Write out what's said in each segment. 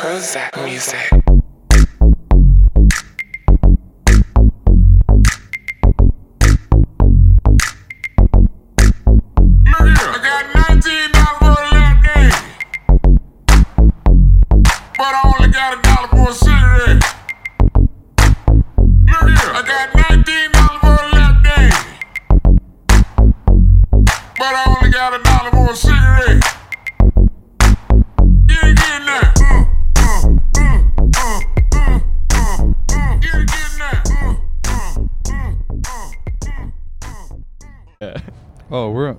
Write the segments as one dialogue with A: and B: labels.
A: Prozac music.
B: I got 19 dollars for a lap dance, but I only got a dollar for a cigarette. Look here, I got 19 dollars for a lap dance, but I only got a dollar for a cigarette. Get it, get it now. Get it, get it now.
C: Oh, we're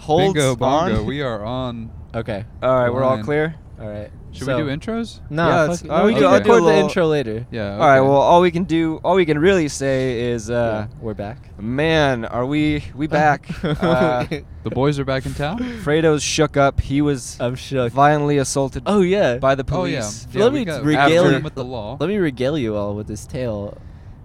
D: Hold
C: bingo
D: spawn.
C: bongo. We are on.
E: Okay.
D: all right, we're all
C: Fine.
D: clear.
E: All right.
C: Should
E: So-
C: we do intros?
D: Nah,
E: yeah,
D: fuck
E: let's-
D: it.
E: no, we
C: Okay.
E: can
C: I'll do a
E: record the
D: little-
E: intro later.
C: Yeah.
D: All right.
C: okay.
D: Well, all we can do, all we can really say is, uh,
E: Yeah, we're back.
D: man, are we we back? uh,
C: the boys are back in town.
D: Fredo's shook up. He was
E: I'm shook.
D: violently assaulted
E: Oh yeah.
D: by the
C: Oh yeah.
D: police.
C: yeah
E: Let
C: we
E: me
C: got
E: regale
C: after
E: you-
C: him with the law.
E: Let me regale you all with this tale.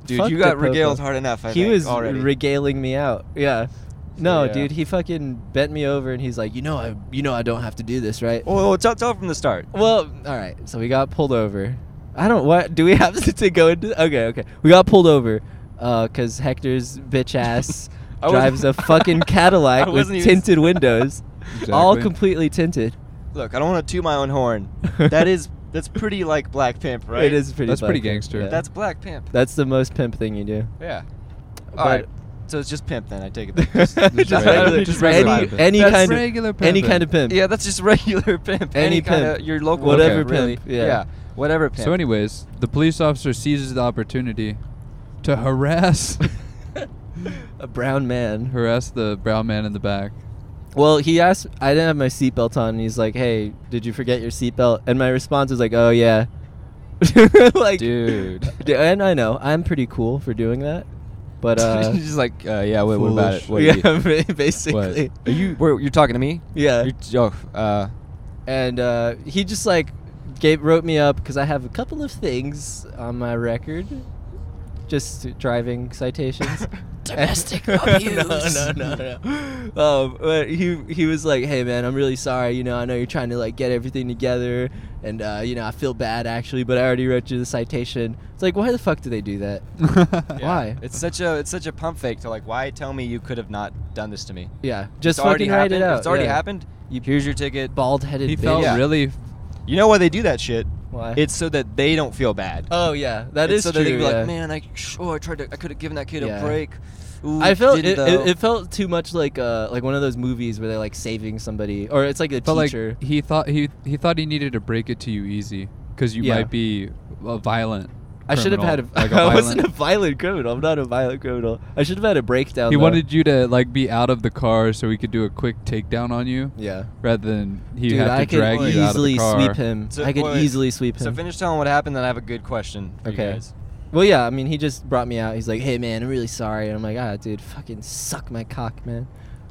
D: Dude,
E: Fuck
D: you got
E: DePopo.
D: regaled hard enough. I
E: he
D: think,
E: was
D: already.
E: regaling me out. Yeah. No,
C: yeah.
E: dude, he fucking bent me over and he's like, "You know I you know I don't have to do this, right?"
D: well, well, Oh, tell, tell from the start.
E: Well, all right. So we got pulled over. I don't what do we have to go into Okay, okay. We got pulled over uh cuz Hector's bitch ass
D: I
E: drives a
D: wasn't-
E: fucking
D: I
E: Cadillac with
D: wasn't even-
E: tinted windows. All
C: Exactly.
E: completely tinted.
D: Look, I don't want to toot my own horn. that is that's pretty like Black Pimp, right?
E: It is pretty
C: That's pretty
E: fucking-
C: gangster.
E: yeah.
D: That's Black Pimp.
E: That's the most pimp thing you do.
D: Yeah.
E: But-
D: All right. So it's just pimp then. I take it. back.
E: just regular,
D: just
E: any,
D: regular pimp.
E: any
C: That's
E: kind
C: regular
E: of any
C: pimping.
E: kind of pimp.
D: yeah, that's just regular pimp. Any,
E: Any
D: kind of
E: pimp.
D: your local
E: Whatever
D: pimp, really.
E: pimp, yeah.
D: Whatever pimp.
C: So, anyways, the police officer seizes the opportunity to harass
E: a brown man.
C: harass the brown man in the back.
E: Well, he asked. I didn't have my seatbelt on, and he's like, "Hey, did you forget your seatbelt?" And my response was like, "Oh yeah." like,
F: Dude.
E: d- and I know I'm pretty cool for doing that, but uh,
F: just like, uh, yeah, what, what about it? What do
E: yeah,
F: you- what?
E: ba- basically,
F: Are you?
D: Wait, you're talking to me?
E: yeah.
F: You're, oh, uh,
E: And uh, he just like gave wrote me up because I have a couple of things on my record, just driving citations.
G: domestic
E: No,
G: abuse.
E: no, no, no, no. Um, but he he was like, "Hey, man, I'm really sorry. You know, I know you're trying to like get everything together, and uh, you know, I feel bad actually, but I already wrote you the citation." It's like, why the fuck do they do that? Why?
D: It's such a it's such a pump fake to like why tell me you could have not done this to me?
E: Yeah, just
D: it's already
E: fucking write
D: happened.
E: it
D: If
E: out.
D: It's already
E: yeah.
D: happened. You here's your ticket.
E: Bald-headed
C: He
E: bitch.
C: felt
D: Yeah.
C: really.
D: You know why they do that shit?
E: Why?
D: It's so that they don't feel bad.
E: oh yeah, that
D: It's
E: is
D: so
E: true.
D: that they can be
E: yeah.
D: like, man, I oh, I tried to I could have given that kid
E: Yeah.
D: a break. Ooh,
E: I felt it,
D: didn't
E: it,
D: though."
E: it felt too much like uh like one of those movies where they're like saving somebody or it's like a
C: But
E: teacher.
C: like he thought he he thought he needed to break it to you easy because you
E: Yeah.
C: might be a violent.
E: I should have had a,
C: criminal, like a
E: I wasn't a
C: violent-
E: violent criminal. I'm not a violent criminal. I should have had a breakdown.
C: He
E: though.
C: wanted you to like be out of the car so he could do a quick takedown on you,
E: Yeah.
C: rather than he
E: Dude,
C: had to
E: I could
C: drag you out of
E: easily
C: the car.
E: sweep him.
D: So,
E: I could
D: wait,
E: easily sweep
D: So
E: him.
D: finish telling what happened, then I have a good question. For
E: Okay.
D: You guys.
E: well, yeah. I mean, he just brought me out. He's like, "Hey, man, I'm really sorry." And I'm like, "Ah, dude, fucking suck my cock, man."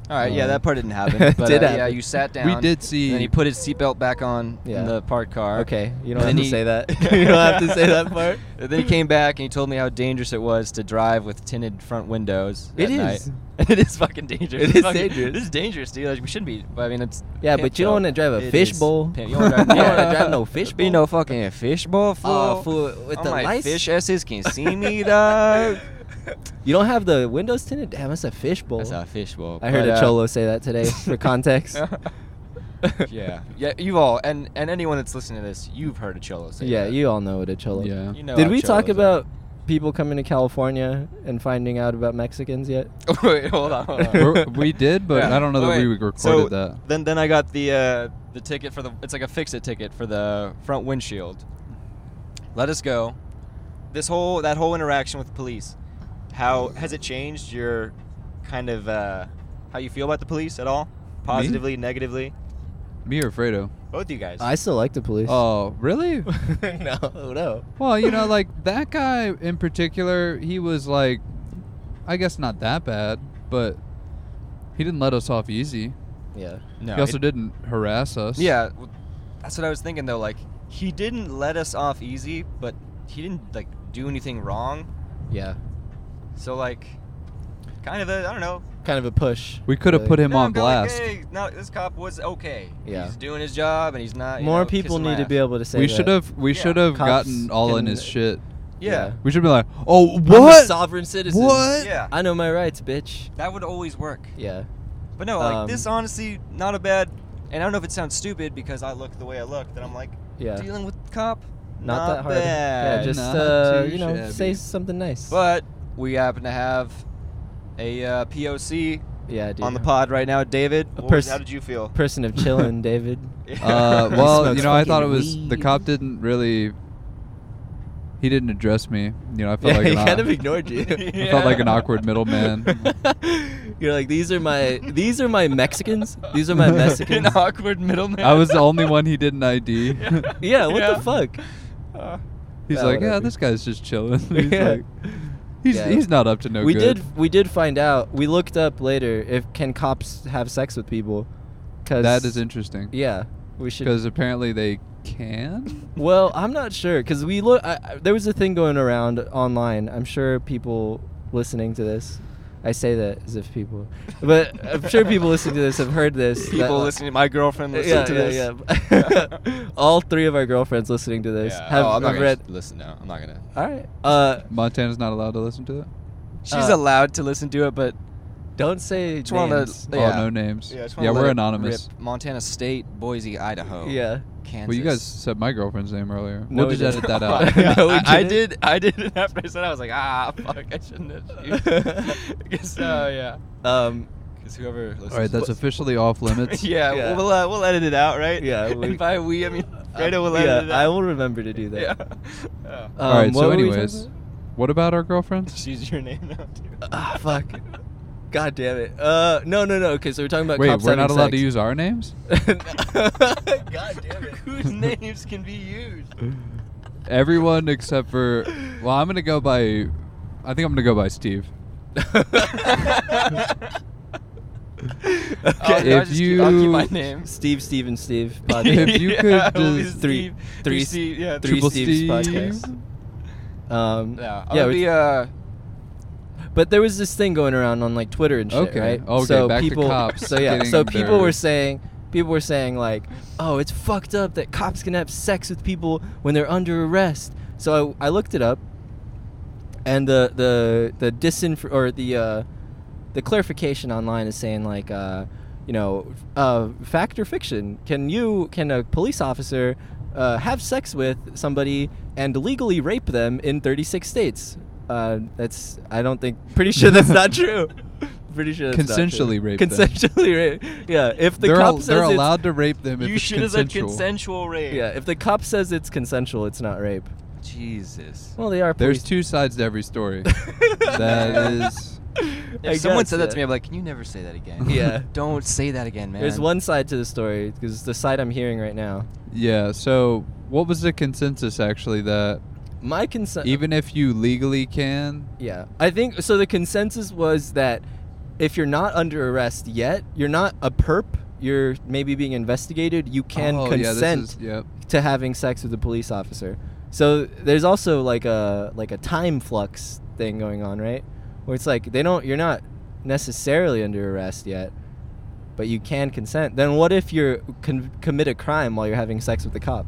D: All right. yeah,
E: Um,
D: that part didn't happen. But
E: did
D: uh, yeah,
E: happen.
D: you sat down.
C: We did
D: And then
C: see.
D: he put his seatbelt back on
E: Yeah.
D: in the parked car.
E: Okay, you
D: And
E: don't have
D: then
E: to
D: he-
E: say that. you don't have to say that part.
D: And then he came back and he told me how dangerous it was to drive with tinted front windows.
E: It
D: at night.
E: is.
D: it is fucking dangerous.
E: It
D: It's
E: is
D: fucking-
E: dangerous.
D: This is dangerous, dude. Like, we shouldn't be. I mean, it's.
E: Yeah,
D: pimp
E: but you don't
D: though.
E: wanna drive a
D: It
E: fish
D: is
E: bowl.
D: pimp. You don't wanna drive,
E: You don't wanna
D: yeah.
E: drive no fish
D: Be
E: bowl.
D: no fucking fish bowl, fool.
E: Aw, fool, with
D: All
E: the
D: Oh, my
E: lice.
D: fish asses can see me, dog.
E: You don't have the windows tinted. Damn, that's a fishbowl.
D: That's a fish bowl.
E: I heard
D: but,
E: a
D: uh,
E: cholo say that today for context.
D: yeah, yeah. You all and and anyone that's listening to this, you've heard a cholo say.
E: yeah,
D: that.
E: you all know what a cholo.
C: Yeah.
D: You know
E: Did
D: how
E: we talk
D: cholos are.
E: about people coming to California and finding out about Mexicans yet?
D: Wait, hold on. Hold on.
C: We're- we did, but
D: Yeah.
C: I don't know that
D: Wait,
C: we recorded
D: so
C: that.
D: Then then I got the uh, the ticket for the it's like a fix it ticket for the front windshield. Let us go. This whole that whole interaction with police. How has it changed your kind of uh, how you feel about the police at all? Positively, negatively?
C: Me or Fredo?
D: Both you guys.
E: I still like the police.
C: Oh, really?
E: no, no.
C: well, you know, like that guy in particular, he was like, I guess not that bad, but he didn't let us off easy.
E: Yeah.
D: no.
C: he also
D: it-
C: didn't harass us.
D: yeah, w- that's what I was thinking though. Like he didn't let us off easy, but he didn't like do anything wrong.
E: Yeah.
D: So like, kind of a I don't know.
E: kind of a push.
C: We could have
E: really.
C: put him
D: No,
C: on
D: be like,
C: blast.
D: "Hey, no, this cop was okay.
E: Yeah.
D: He's doing his job, and he's not. you
E: More
D: know,
E: people
D: kissing
E: need to
D: ass."
E: be able to say.
C: we
E: that.
C: should have we
D: Yeah.
C: should have
E: Cops
C: gotten all in
E: can-
C: his shit.
D: Yeah.
C: We should be like, oh
E: I'm a
C: what?
E: sovereign citizen.
C: What?
D: Yeah.
E: I know my rights, bitch.
D: That would always work.
E: Yeah.
D: But no, like
E: Um,
D: this, honestly, not a bad. And I don't know if it sounds stupid because I look the way I look. That I'm like
E: Yeah.
D: dealing with the cop.
E: Not, that hard.
D: Bad.
E: Yeah, just
C: Not
E: uh,
C: too
E: you know, say
C: shabby.
E: something nice.
D: But we happen to have a uh, POC
E: yeah, dude.
D: on the pod right now, David.
E: A
D: what was-
E: pers-
D: how did you feel?
E: Person of chillin', David.
C: Uh,
E: He
C: well,
E: smokes
C: you know, I thought it
E: fucking
C: was the
E: weed.
C: cop didn't really. He didn't address me. You know, I felt
E: yeah,
C: like
E: he
C: an,
E: kind of
C: aw-
E: ignored you.
C: I felt like an awkward middleman.
E: You're like these are my these are my Mexicans. These are my Mexicans.
D: An awkward middleman.
C: I was the only one he didn't ID.
E: yeah, what
D: Yeah.
E: the fuck?
C: he's
E: Yeah,
C: like, yeah,
E: whatever.
C: this guy's just chilling. he's
E: Yeah.
C: like, he's,
E: Yeah.
C: he's not up to no
E: we
C: good.
E: did we did find out. We looked up later if can cops have sex with people. Cause
C: That is interesting.
E: Yeah, we should.
C: Because apparently they can.
E: Well, I'm not sure because we look. I, I- there was a thing going around online. I'm sure people listening to this. I say that as if people, but I'm sure people listening to this have heard this. that,
D: People
E: like-
D: listening, my girlfriend listening
E: Yeah,
D: to
E: yeah,
D: this.
E: yeah. All three of our girlfriends listening to this
F: Yeah.
E: have
F: oh, I'm not
E: have
F: gonna
E: read.
F: listen. No, I'm not gonna.
E: All right. Uh,
C: Montana's not allowed to listen to it.
D: She's
E: Uh,
D: allowed to listen to it, but
E: don't say
D: Just wanna-
E: names.
C: Oh,
D: Yeah.
C: no names.
D: yeah, I just wanna
C: yeah
D: let
C: we're
D: it
C: anonymous.
D: rip. Montana State, Boise, Idaho.
E: Yeah.
D: Kansas.
C: Well, you guys said my girlfriend's name earlier.
E: No,
C: we'll
E: we
C: just edit that out.
E: didn't. Yeah. No, we
D: I, I
E: didn't.
D: did. I did it after I said. it, I was like, ah, fuck, I shouldn't have. I guess, uh, yeah.
E: Um,
D: Because whoever. Listens
C: All right, that's officially off limits.
D: yeah,
E: Yeah.
D: we'll uh, we'll edit it out, right?
E: Yeah,
D: We,
E: we-
D: and by we, I mean Fredo will
E: yeah,
D: edit it
E: I
D: out.
E: will remember to do that.
D: Yeah. Oh.
E: Um,
C: All right.
E: what
C: So,
E: were we talking
C: anyways,
E: about?
C: what about our girlfriends?
D: She's your name now too.
E: Ah, fuck. God damn it. Uh, no, no, no. Okay, so we're talking about
C: Wait,
E: cops
C: we're not
E: having
C: allowed to
E: sex.
C: use our names.
E: God damn it.
D: Whose names can be used?
C: Everyone except for. Well, I'm gonna go by. I think I'm gonna go by Steve.
D: Oh, I'll, I'll
E: okay.
C: if
D: Oh, just keep, I'll keep
C: you-
D: my name.
E: Steve, Steve, and Steve.
C: If you could
D: yeah, it'll be
C: just-
E: three-
D: Steve,
E: three
D: be
E: s-
D: Steve, yeah,
E: three
C: Triple
E: Steve's
C: Steve.
E: podcast. Um,
D: Yeah,
E: yeah,
D: I'll
E: we're-
D: be uh,
E: but there was this thing going around on like Twitter and shit,
C: Okay,
E: right?
C: okay,
E: so
C: back to
E: people,
C: cops
E: So yeah, so
C: getting
E: people were
C: their-
E: saying, people were saying like, oh, it's fucked up that cops can have sex with people when they're under arrest. So I, I looked it up, and the the the disinf or the uh, the clarification online is saying like, uh, you know, uh, fact or fiction? Can you can a police officer uh, have sex with somebody and legally rape them in 36 states? Uh, that's I don't think. Pretty sure that's not true. Pretty sure that's not true.
C: Consensually rape them.
E: Consensually rape. Yeah, if the
C: they're
E: cop
C: al-
E: says
C: they're
E: it's-
C: allowed to rape them if
D: you
C: it's
D: should have said
C: consensual.
D: consensual rape.
E: Yeah, if the cop says it's consensual, it's not rape.
D: Jesus.
E: Well, they are.
C: There's
E: police.
C: two sides to every story. that is.
D: If
E: I
D: someone
E: guess,
D: said that
E: yeah.
D: to me, I'm like, can you never say that again?
E: Yeah.
D: Don't say that again, man.
E: There's one side to the story because the side I'm hearing right now.
C: Yeah. So, what was the consensus actually that
E: My consent.
C: even if you legally can,
E: Yeah, I think so. The consensus was that if you're not under arrest yet, you're not a perp. You're maybe being investigated. You can
C: oh, yeah, this
E: consent
C: is- yep.
E: to having sex with a police officer. So there's also like a like a time flux thing going on, right? Where it's like they don't you're not necessarily under arrest yet, but you can consent. Then what if you con- commit a crime while you're having sex with the cop?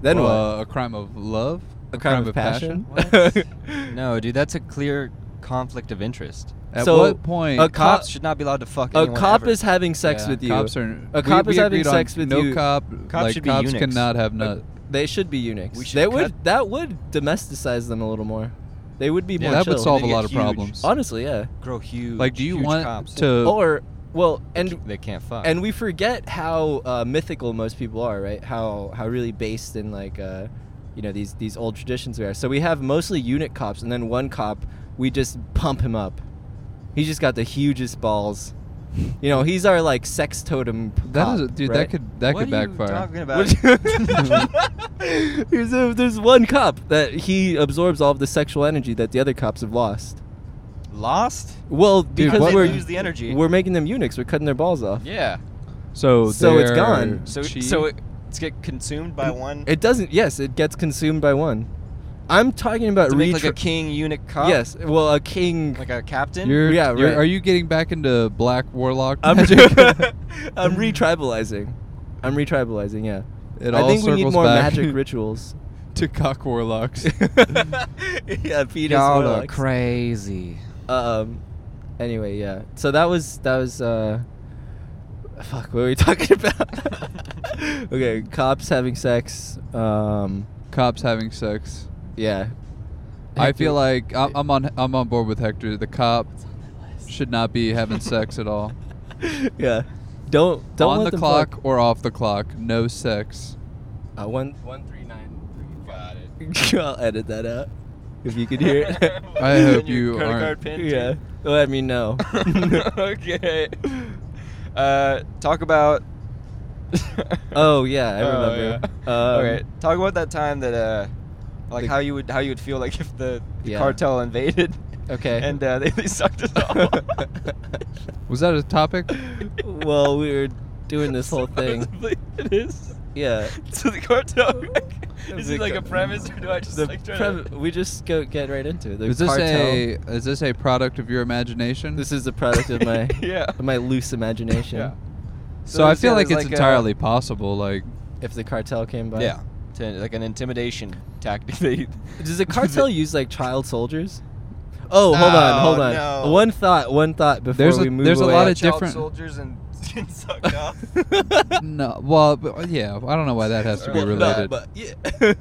E: Then
C: uh, a crime of love,
E: what? A crime, of passion?
D: No, dude, that's a clear conflict of interest.
C: At
E: So,
C: what point
E: a cop-
D: Cops should not be allowed to fuck
E: a
D: anyone
E: cop
D: ever.
E: is having sex
C: Yeah,
E: with you.
C: Cops are,
E: A
C: we-
E: cop
C: we
E: is having
C: agreed on
E: sex with
C: no
E: you.
C: cop.
D: Cops
C: like,
D: should be
C: cops
D: eunuchs.
C: cannot have
E: Uh,
C: nut.
E: they should be eunuchs.
D: We should
E: they would
D: cut-
E: that would domesticize them a little more. They would be
C: Yeah,
E: more
C: that would
E: chill.
C: solve a
D: They get
C: lot of
D: huge.
C: problems.
E: Honestly, yeah.
D: grow huge.
C: Like, do you
D: huge
C: want
D: cops.
C: to?
E: Or well, and
D: they can't fuck.
E: and we forget how uh, mythical most people are, right? How how really based in like uh, you know these these old traditions we are. So we have mostly eunuch cops, and then one cop we just pump him up. He's just got the hugest balls. You know, he's our like sex totem.
C: that
E: cop,
C: is, dude.
E: right?
C: That could that
D: what
C: could
D: are
C: backfire.
D: You talking about?
E: there's, a, there's one cop that he absorbs all of the sexual energy that the other cops have lost.
D: Lost?
E: Well, because
C: what-
E: we're
D: Lose the energy.
E: we're making them eunuchs. We're cutting their balls off.
D: Yeah.
C: So
E: So it's
C: they're
E: gone.
D: So
C: cheap.
E: Mm.
D: so it, it's get consumed by one.
E: It doesn't. Yes, it gets consumed by one. I'm talking about
D: to make like
E: retri-
D: a king eunuch cop?
E: Yes, well, a king.
D: Like a captain?
C: You're,
E: Yeah,
C: you're-
E: right.
C: Are you getting back into black warlock
E: I'm,
C: magic?
E: I'm retribalizing. I'm retribalizing. Yeah.
C: It
E: I
C: all
E: think we need
C: circles
E: more
C: back
E: magic rituals.
C: to cock warlocks.
E: yeah, Peter's
D: Y'all are
E: warlocks.
D: crazy.
E: Um. Anyway, yeah. So that was that was uh. Fuck, what were we talking about? okay, cops having sex. Um.
C: Cops having sex.
E: Yeah.
C: I feel like I'm, I'm on I'm on board with Hector. The cop should not be having sex at all.
E: yeah. Don't don't
C: on
E: let
C: the
E: them
C: clock
E: fuck.
C: or off the clock, no sex.
E: Uh, one one three nine. Got it. I'll edit that out if you could hear it.
C: I
D: And
C: hope
D: your
C: you
D: credit
C: aren't.
D: card pin, too?
E: yeah. Let me know.
D: okay. Uh, talk about.
E: oh yeah, I
D: Oh,
E: remember.
D: yeah.
E: Um,
D: okay. Talk about that time that uh, like
E: The-
D: how you would how you would feel like if the, the
E: Yeah.
D: cartel invaded.
E: Okay.
D: And uh, they, they sucked us all.
C: Was that a topic?
E: well, we were doing this whole thing.
D: Supposedly it is.
E: Yeah.
D: So the cartel. is
E: The
D: it like a
E: ca-
D: premise or do I just
E: The
D: like try
E: prem-
D: to?
E: we just go get right into it. The
C: is this
E: cartel.
C: a is this a product of your imagination?
E: This is the product of my
D: yeah.
E: of my loose imagination.
D: Yeah.
C: so,
D: so
C: I
D: this
C: feel
D: guy
C: like
D: was
C: it's
D: like, uh,
C: entirely possible. Like
E: If the cartel came by.
D: Yeah. To, like an intimidation tactic. They,
E: Does the cartel use like child soldiers? Oh, hold
D: No,
E: on, hold on.
D: no.
E: One thought, one thought before
C: There's a-
E: we move
C: there's a
E: away.
C: lot of
D: child
C: different-
D: soldiers and, and sucked off.
C: no, well, but, yeah. I don't know why that has to be
E: Well, no,
C: related.
E: but yeah.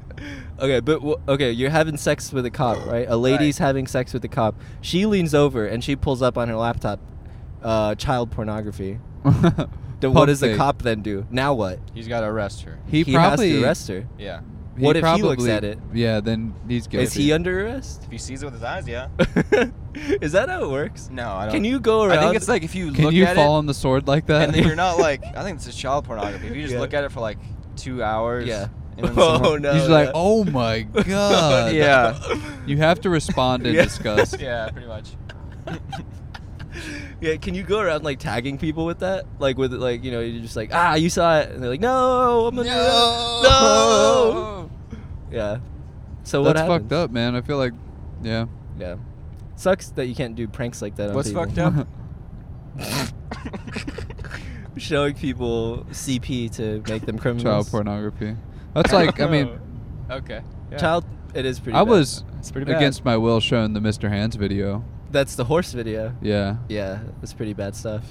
E: okay, but w- okay, you're having sex with a cop, right? A lady's having sex with a cop. She leans over and she pulls up on her laptop uh, child pornography. Then what
C: Pump
E: does the
C: fake.
E: cop then do? Now what?
D: He's got to arrest her.
C: He,
E: he
C: probably
E: has to arrest her.
D: Yeah.
C: he
E: What if he looks
C: probably-
E: at it?
C: Yeah, then he's guilty.
E: Is he under arrest?
D: If he sees it with his eyes, yeah.
E: Is that how it works?
D: No, I don't.
E: Can you go around?
D: I think it's like if you
C: Can
D: look
C: you
D: at
C: fall
D: it
C: on the sword like that?
D: and then you're not like. I think this is child pornography. If you just
E: Yeah.
D: look at it for like two hours.
E: Yeah.
D: And then
E: Oh,
D: someone-
E: no.
C: He's like,
E: yeah.
C: oh my god.
D: Yeah.
C: You have to respond in
E: Yeah.
C: disgust.
D: Yeah, pretty much.
E: Yeah, can you go around like tagging people with that? Like with like you know you're just like ah you saw it and they're like no I'm gonna no yeah. So what
C: That's
E: happens?
C: fucked up, man. I feel like, yeah.
E: Yeah, sucks that you can't do pranks like that. On
D: What's
E: people.
D: fucked up?
E: Showing people CP to make them criminals.
C: Child pornography. That's like, I mean,
D: okay. Yeah.
E: Child. It is pretty.
C: I
E: bad.
C: was
D: It's pretty bad.
C: against my will shown the Mr. Hands video.
E: That's the horse video.
C: Yeah.
E: Yeah, that's pretty bad stuff.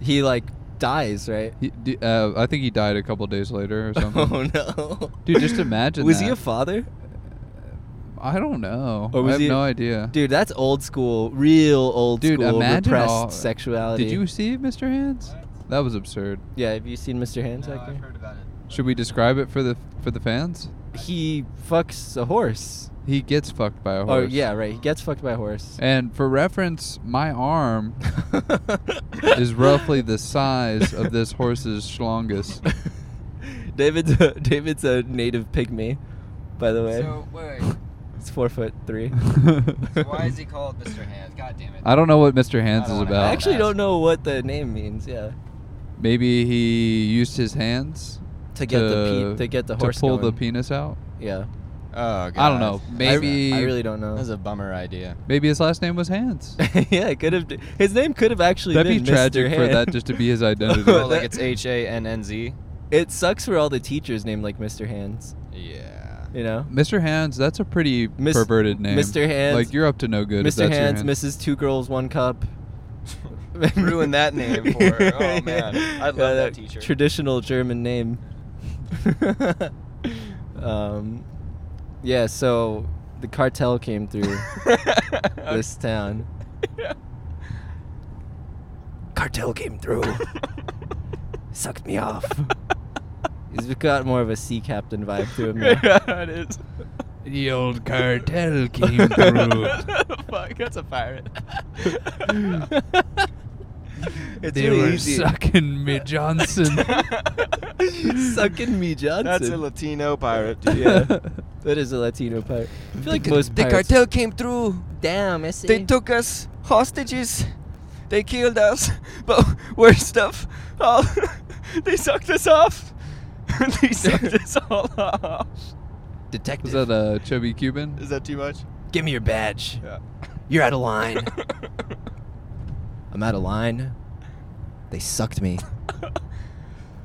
E: He like dies right.
C: He, d- uh, I think he died a couple days later or something.
E: Oh no,
C: Dude, just imagine
E: Was he
C: that.
E: a father?
C: I don't know.
E: Or
C: I
E: was
C: have
E: he-
C: no idea.
E: Dude, that's old school, real old
C: Dude,
E: school
C: imagine
E: repressed
C: all-
E: sexuality.
C: Did you see Mr. Hands? That was absurd.
E: Yeah, have you seen Mr. Hands out there?
D: about it.
C: Should we describe it for the for the fans?
E: He fucks a horse.
C: He gets fucked by a
E: Oh
C: horse.
E: yeah, right. He gets fucked by a horse.
C: And for reference, my arm is roughly the size of this horse's schlongus.
E: David's a, David's a native pygmy, by the way.
D: wait.
E: it's four foot three.
D: he called Mr. Hands? God damn it.
C: I don't know what Mr. Hands
D: I don't
C: is
D: wanna-
E: I
C: about.
E: actually don't know what the name means. Yeah,
C: Maybe he used his hands
E: to get the pe- to get the horse
C: to pull
E: going.
C: the penis out.
E: Yeah,
D: Oh, God.
C: I don't know. Maybe
E: I, I really don't know.
D: That was a bummer idea.
C: maybe his last name was Hands.
E: yeah, it could have. His name could have actually
C: That'd be
E: been
C: tragic
E: Mr.
C: for that
E: Hand.
C: just to be his identity.
D: Oh,
E: Well,
D: like
E: that-
D: it's H A N N Z.
E: It sucks for all the teachers named like Mr. Hands.
D: Yeah.
E: You know,
C: Mr. Hands, that's a pretty
E: Mis-
C: perverted name.
E: Mr. Hands-
C: Like you're up to no good. if
E: Mr.
C: that's your
E: Hands,
C: hand.
E: Mrs. Two Girls, One Cup.
D: Ruin that name for her. Oh, man. I love
E: Yeah,
D: that teacher.
E: Traditional German name. um, yeah. So the cartel came through this town. Cartel came through, sucked me off. He's got more of a sea captain vibe to him. now.
D: yeah, it is.
C: The old cartel came through.
D: Fuck, that's a pirate.
E: It's
C: they
E: really
C: were
E: easy.
C: sucking me Johnson.
E: Sucking me, Johnson.
D: that's a Latino pirate. dude.
E: yeah. That is a Latino pirate. I feel like most pirates.
D: came through.
E: Damn, I see.
D: took us hostages. They killed us. But worst stuff, all they sucked us off. they sucked us all off.
E: detective.
C: Was that a chubby Cuban?
D: Is that too much?
E: Give me your badge.
D: Yeah.
E: You're out of line. I'm out of line. They sucked me.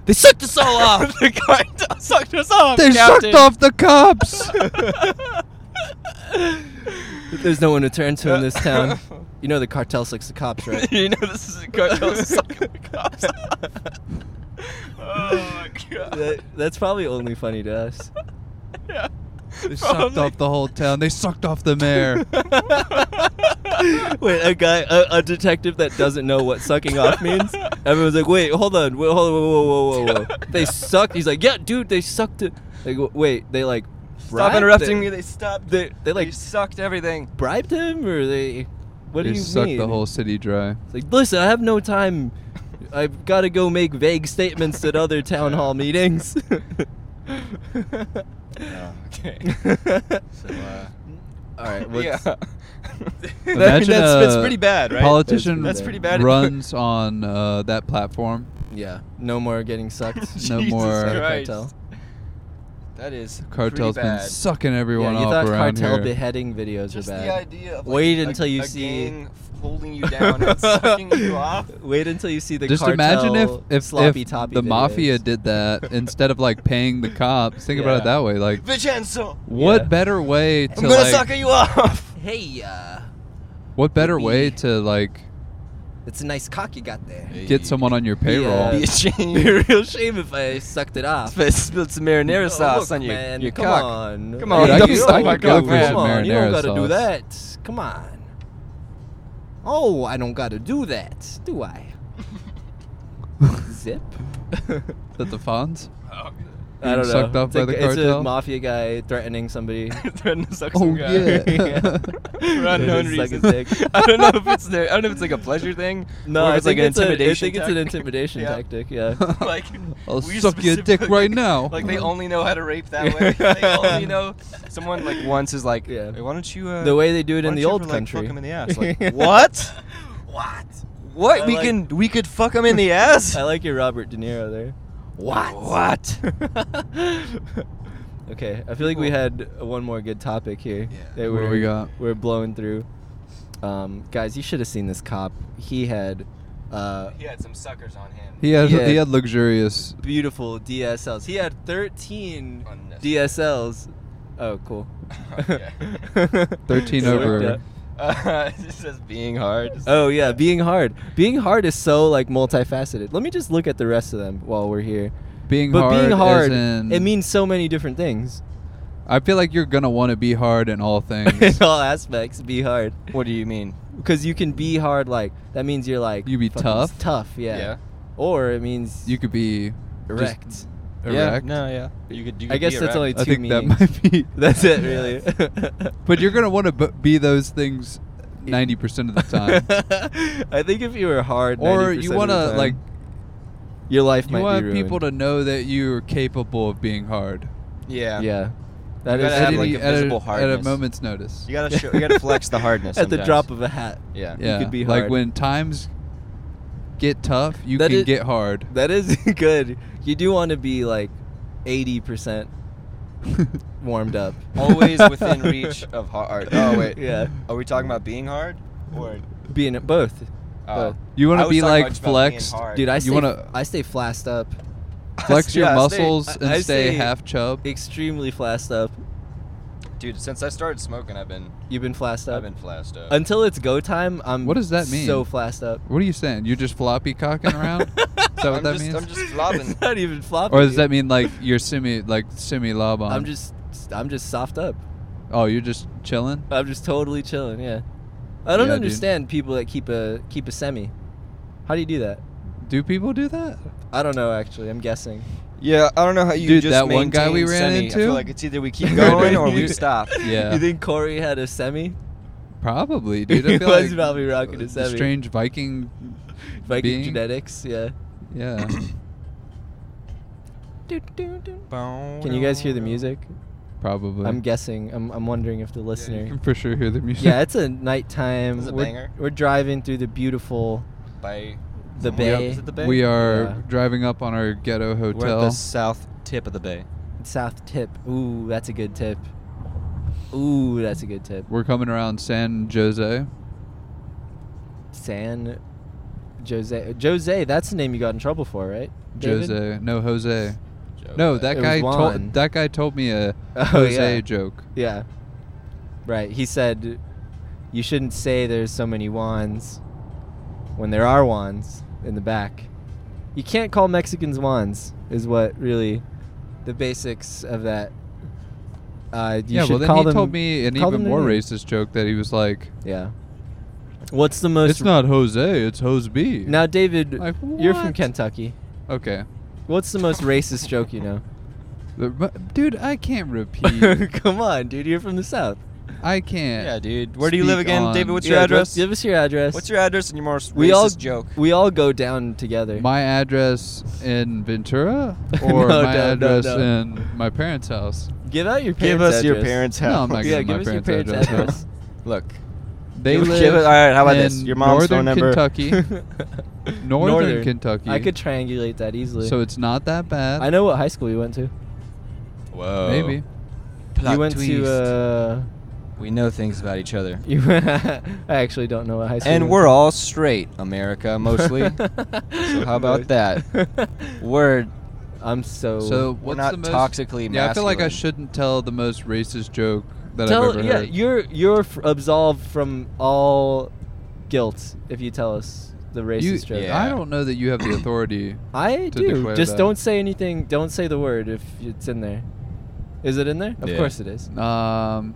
E: they sucked us all off.
D: the guy does- sucked us off.
C: They
D: Captain.
C: sucked off the cops.
E: There's no one to turn to in this town. You know the cartel sucks the cops, right?
D: you know this is a cartel sucking the cops. oh my god.
E: That, that's probably only funny to us.
D: yeah.
C: they sucked off the whole town. They sucked off the mayor.
E: Wait, a guy, a, a detective that doesn't know what sucking off means. Everyone's like, "Wait, hold on, wait, hold on, whoa, whoa, whoa, whoa, whoa!" They sucked. He's like, "Yeah, dude, they sucked it." Like, w- wait, they like
D: Stop
E: bribed
D: interrupting
E: him?
D: me. They stopped.
E: They- they, like-
D: sucked everything.
E: Bribed him, or they? What
C: they
E: do you
C: sucked
E: mean?
C: the whole city dry.
E: It's like, listen, I have no time. I've got to go make vague statements at other town hall meetings.
D: okay. so, uh,
E: Oh, All right, what's,
D: yeah.
C: Imagine,
E: that's-
C: uh,
E: that's
D: pretty bad, right?
C: Politician
E: That's pretty
D: bad.
C: runs on uh, that platform.
E: yeah, no more getting sucked.
C: No more
E: Sorry,
D: Christ.
E: cartel.
D: That is
C: Cartel's
D: pretty
C: been
D: bad.
C: sucking everyone
E: yeah, you
C: off
E: thought
C: around
E: cartel
C: here.
E: beheading videos
D: Just
E: are
D: the
E: bad.
D: idea of
E: Wait
D: like, a-
E: until you
D: a
E: see-
D: gang f- holding you down and sucking you off.
E: Wait until you see the
C: Just
E: cartel
C: imagine if if,
E: sloppy
C: if
E: toppy
C: the
E: videos.
C: mafia did that instead of like paying the cops. Think about
E: Yeah.
C: it that way. Like,
D: Vincenzo,
C: what
E: Yeah.
C: better way
D: I'm
C: to
D: gonna
C: like
D: sucker you off.
E: Hey, uh,
C: what better way
E: be-
C: to like
E: it's a nice cock you got there.
C: get someone on your payroll?
E: Yeah.
D: Be
E: It'd be
D: ashamed.
E: a real shame if I sucked it off.
D: If I spilled some marinara
E: Oh,
D: sauce
E: look,
D: on your
E: man,
D: your
E: come
D: cock.
E: On.
D: Come on,
E: Hey,
D: I
E: you
D: could-
E: don't
D: I
E: gotta
D: could go
E: do
D: for
E: that.
D: some
E: Come on, You don't
C: marinara
E: gotta do
C: sauce.
E: that. Come on. Oh, I don't gotta do that, do I? Zip.
C: Is that the Fonz?
E: I don't know.
C: Being sucked off
E: it's
C: by
E: a,
C: the
E: it's a
C: cartel?
E: mafia guy threatening somebody.
D: Threaten to suck
C: Oh
D: some guy.
C: yeah.
D: For unknown
E: Just suck his
D: reasons.
E: dick.
D: I don't know if it's there. I don't know if it's like a pleasure thing.
E: No,
D: or if
E: I
D: it's like
E: think
D: an
E: it's a-
D: intimidation.
E: I think it's an
D: tactic.
E: intimidation
D: Yeah.
E: tactic. Yeah.
D: like
C: I'll
D: we
C: suck your dick
D: specifically-
C: right now.
D: Like they only know how to rape that way. they only know someone like once is like,
E: Yeah.
D: "Hey, why don't you? Uh,
E: the way they do it
D: why
E: in
D: don't
E: the
D: you
E: old
D: ever, like,
E: country.
D: fuck him in the ass. Like what?
E: what?
D: What?
E: I
D: we
E: like-
D: can we could fuck him in the ass.
E: I like your Robert De Niro there.
D: what? What?
E: Okay, I feel like we had one more good topic here.
D: Yeah.
E: that
C: What do
E: we're,
C: we got?
E: We're blowing through. Um, guys, you should have seen this cop. He had uh,
D: he had some suckers on him.
C: He had
E: Yeah.
C: he had luxurious.
E: beautiful DSLs. He had 13
D: Unnecessary.
E: DSLs. Oh, cool.
D: Okay.
C: 13
E: It worked
C: over.
E: out.
D: Uh, it says being hard.
E: Oh yeah, being hard. Being hard is so like multifaceted. Let me just look at the rest of them while we're here.
C: Being
E: But
C: hard,
E: being
C: as
E: hard,
C: in-
E: it means so many different things
C: I feel like you're gonna want to be hard in all
E: in
C: things.
E: all aspects. Be hard.
D: What do you mean?
E: because you can be hard like that means you're like
C: You be
E: fucking
C: tough?
E: tough yeah.
D: Yeah.
E: or it means
C: you could be
E: erect
C: Just erect.
D: Yeah. No. Yeah. You could. You
E: i
D: could
E: guess
D: be
E: that's
D: erect.
E: only two
C: I think
E: meanings.
C: that might be.
E: that's it really
C: But you're gonna want to b- be those things ninety percent of the time,
E: i think if you were hard
C: or you
E: want to
C: like
E: your life
C: you
E: might
C: want
E: be ruined.
C: people to know that you're capable of being hard
D: Yeah.
E: yeah that
D: You
E: is
D: gotta have,
E: true.
D: like, a
C: at,
D: visible
C: at a
D: hardness.
C: moment's notice.
D: You gotta show. You gotta flex the hardness
E: at the
D: sometimes.
E: drop of a hat
D: Yeah.
E: you
C: yeah,
E: could be
C: like
E: hard.
C: when times get tough, you
E: That
C: can
E: is-
C: get hard.
E: that is good you do want to be like 80% warmed up
D: Always within reach of hard. Oh wait.
E: yeah
D: Are we talking about being hard or?
E: being at both
D: Uh,
C: You want
D: I
C: to
D: was
C: be
D: talking
C: like
D: much about being
C: flexed,
D: hard.
E: dude i
C: You
E: stay,
C: wanna-
E: i stay flassed up
C: flex your
E: Yeah, I stay-
C: muscles
E: I-
C: and
E: I
C: stay
E: stay-
C: half chub.
E: extremely flassed up.
D: Dude, since I started smoking, I've been
E: You've been flassed up.
D: I've been flashed up.
E: Until it's go time, I'm.
C: What does that mean?
E: So flassed up.
C: What are you saying? You're just floppy cocking around? is that what
D: I'm
C: that
D: just,
C: means?
D: I'm just flopping.
E: It's not even flopping.
C: or does that mean like you're semi like semi lob on?
E: I'm just, I'm just soft up.
C: Oh, you're just chilling.
E: I'm just totally chilling. Yeah. I don't
C: Yeah, dude.
E: understand people that keep a keep a semi. How do you do that?
C: Do people do that?
E: I don't know. Actually, I'm guessing.
D: yeah, I don't know how you
C: Dude,
D: just
C: that one guy
D: maintain
C: we ran
D: semi. I feel
C: into?
D: like it's either we keep going or we stop.
C: Yeah.
E: You think Corey had a semi?
C: Probably, dude. I
E: He
C: feel
E: was
C: like
E: probably rocking a
C: the
E: semi.
C: strange Viking.
E: Viking
C: Being?
E: genetics. Yeah.
C: Yeah.
E: Can you guys hear the music?
C: Probably.
E: I'm guessing. I'm, I'm wondering if the
C: You
E: listener.
C: can for sure hear the music.
E: Yeah, it's a nighttime.
D: It's a
E: we're,
D: banger.
E: we're driving through the beautiful
D: By
E: the
D: Somewhere
E: bay.
D: up- is it the bay?
C: we are
E: Yeah.
C: driving up on our ghetto
D: We're at the
C: hotel.
D: south tip of the bay.
E: South tip. Ooh, that's a good tip. Ooh, that's a good tip.
C: We're coming around San Jose.
E: San Jose. Jose, that's the name you got in trouble for, right? David?
C: Jose, no Jose. No,
E: It
C: that
E: was
C: guy
E: Juan.
C: told that guy told me a
E: Oh,
C: Jose
E: yeah.
C: joke.
E: Yeah. Right. He said, "You shouldn't say there's so many wands when there are wands in the back. You can't call Mexicans wands." Is what really the basics of that. Uh, you
C: yeah,
E: should
C: well then
E: call
C: he
E: them,
C: told me an
E: call
C: even
E: them their
C: more
E: name.
C: racist joke that he was like,
E: Yeah. What's the most?
C: "It's not Jose, it's Hose B."
E: now, David,
C: Like,
E: you're from
C: what?
E: Kentucky.
C: Okay.
E: What's the most racist joke you know?
C: The- but- Dude, I can't repeat.
E: Come on, dude. You're from the South.
C: I can't.
D: Yeah, dude. Where do you live
C: Speak
D: again,
C: on-
D: David? What's
E: Yeah,
D: your
E: give-
D: address?
E: Give us your address.
D: What's your address and your most
E: we
D: racist
E: all
D: joke?
E: We all go down together.
C: My address in Ventura or
E: No,
C: my
E: no, no,
C: address
E: no.
C: in my parents' house?
E: Give out your parents'
D: Give us your
E: address.
D: parents'
C: No, I'm
D: house.
C: not
E: Yeah,
C: giving my
E: give us your
C: parents'
E: parents'
C: address. out.
E: address.
D: Look,
C: They
D: Give-
C: live
D: give it- all right, how about
C: in
D: this? Your mom's
C: northern
D: phone number.
C: Kentucky. northern, Kentucky.
E: I could triangulate that easily.
C: so it's not that bad.
E: I know what high school you went to.
D: Whoa.
C: Maybe.
D: Plot
E: you went to.
D: twist.
E: Uh,
D: we know things about each other.
E: you. I actually don't know what high school.
D: And
E: you
D: we're
E: went
D: all straight, America, mostly.
E: to.
D: So how about that? We're
E: I'm so.
C: So what's
D: we're not
C: the most
D: toxically
C: Yeah, I feel like I
D: masculine.
C: shouldn't tell the most racist joke that I've
E: tell
C: ever
E: yeah,
C: heard.
E: you're you're f- absolved from all guilt if you tell us the racist
C: You-
E: joke.
D: Yeah.
C: I don't know that you have the authority.
E: I
C: to
E: do.
C: declare
E: Just
C: that.
E: don't say anything. Don't say the word if it's in there. Is it in there? Of
D: Yeah.
E: course it is.
C: Um,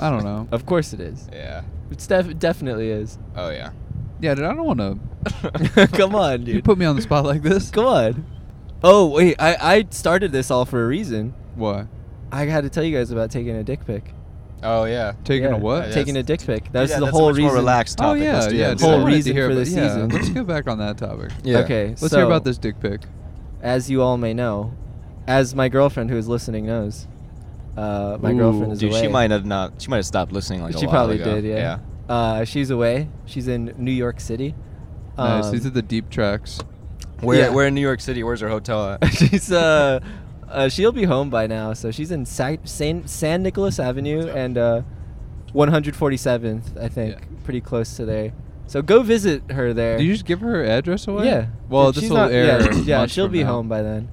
C: I don't know.
E: Of course it is.
D: Yeah.
E: It's def- definitely is.
D: Oh yeah.
C: Yeah, dude, I don't want to.
E: Come on, dude.
C: You put me on the spot like this.
E: Come on. Oh wait, I I started this all for a reason.
C: What?
E: I had to tell you guys about taking a dick pic.
D: Oh yeah.
C: Taking
E: Yeah,
C: a what?
D: Yeah,
E: Taking a dick
D: that's-
E: pic. That was
D: yeah,
E: the
D: that's a
E: whole
D: much
E: reason.
D: More relaxed
C: Oh
D: topic.
C: yeah,
D: Let's do
C: yeah.
D: that.
C: dude,
E: Whole
C: I wanted to
E: reason
C: hear
E: for
C: about-
E: the
C: yeah,
E: season.
C: Let's get back on that topic.
D: Yeah.
E: Okay.
C: Let's
E: so,
C: hear about this dick pic.
E: As you all may know, as my girlfriend who is listening knows, uh, my girlfriend
C: Ooh.
E: is
D: Dude,
E: away.
D: she might have not. She might have stopped listening. Like a
E: she
D: while
E: probably
D: ago.
E: did. Yeah. Uh, she's away. She's in New York City.
C: nice.
E: Um,
C: These are the deep tracks.
D: We're
E: Yeah.
D: we're in New York City. Where's her hotel at?
E: she's uh, uh, she'll be home by now. So she's in Sa- San San Nicolas Avenue and uh, 147th, I think,
C: Yeah.
E: pretty close to there. So go visit her there.
C: Do you just give her address away?
E: Yeah.
C: Well,
E: Dude,
C: this
E: she's
C: will
E: not-
C: air.
E: Yeah, yeah,
C: months
E: she'll
C: from
E: be
C: now.
E: home by then,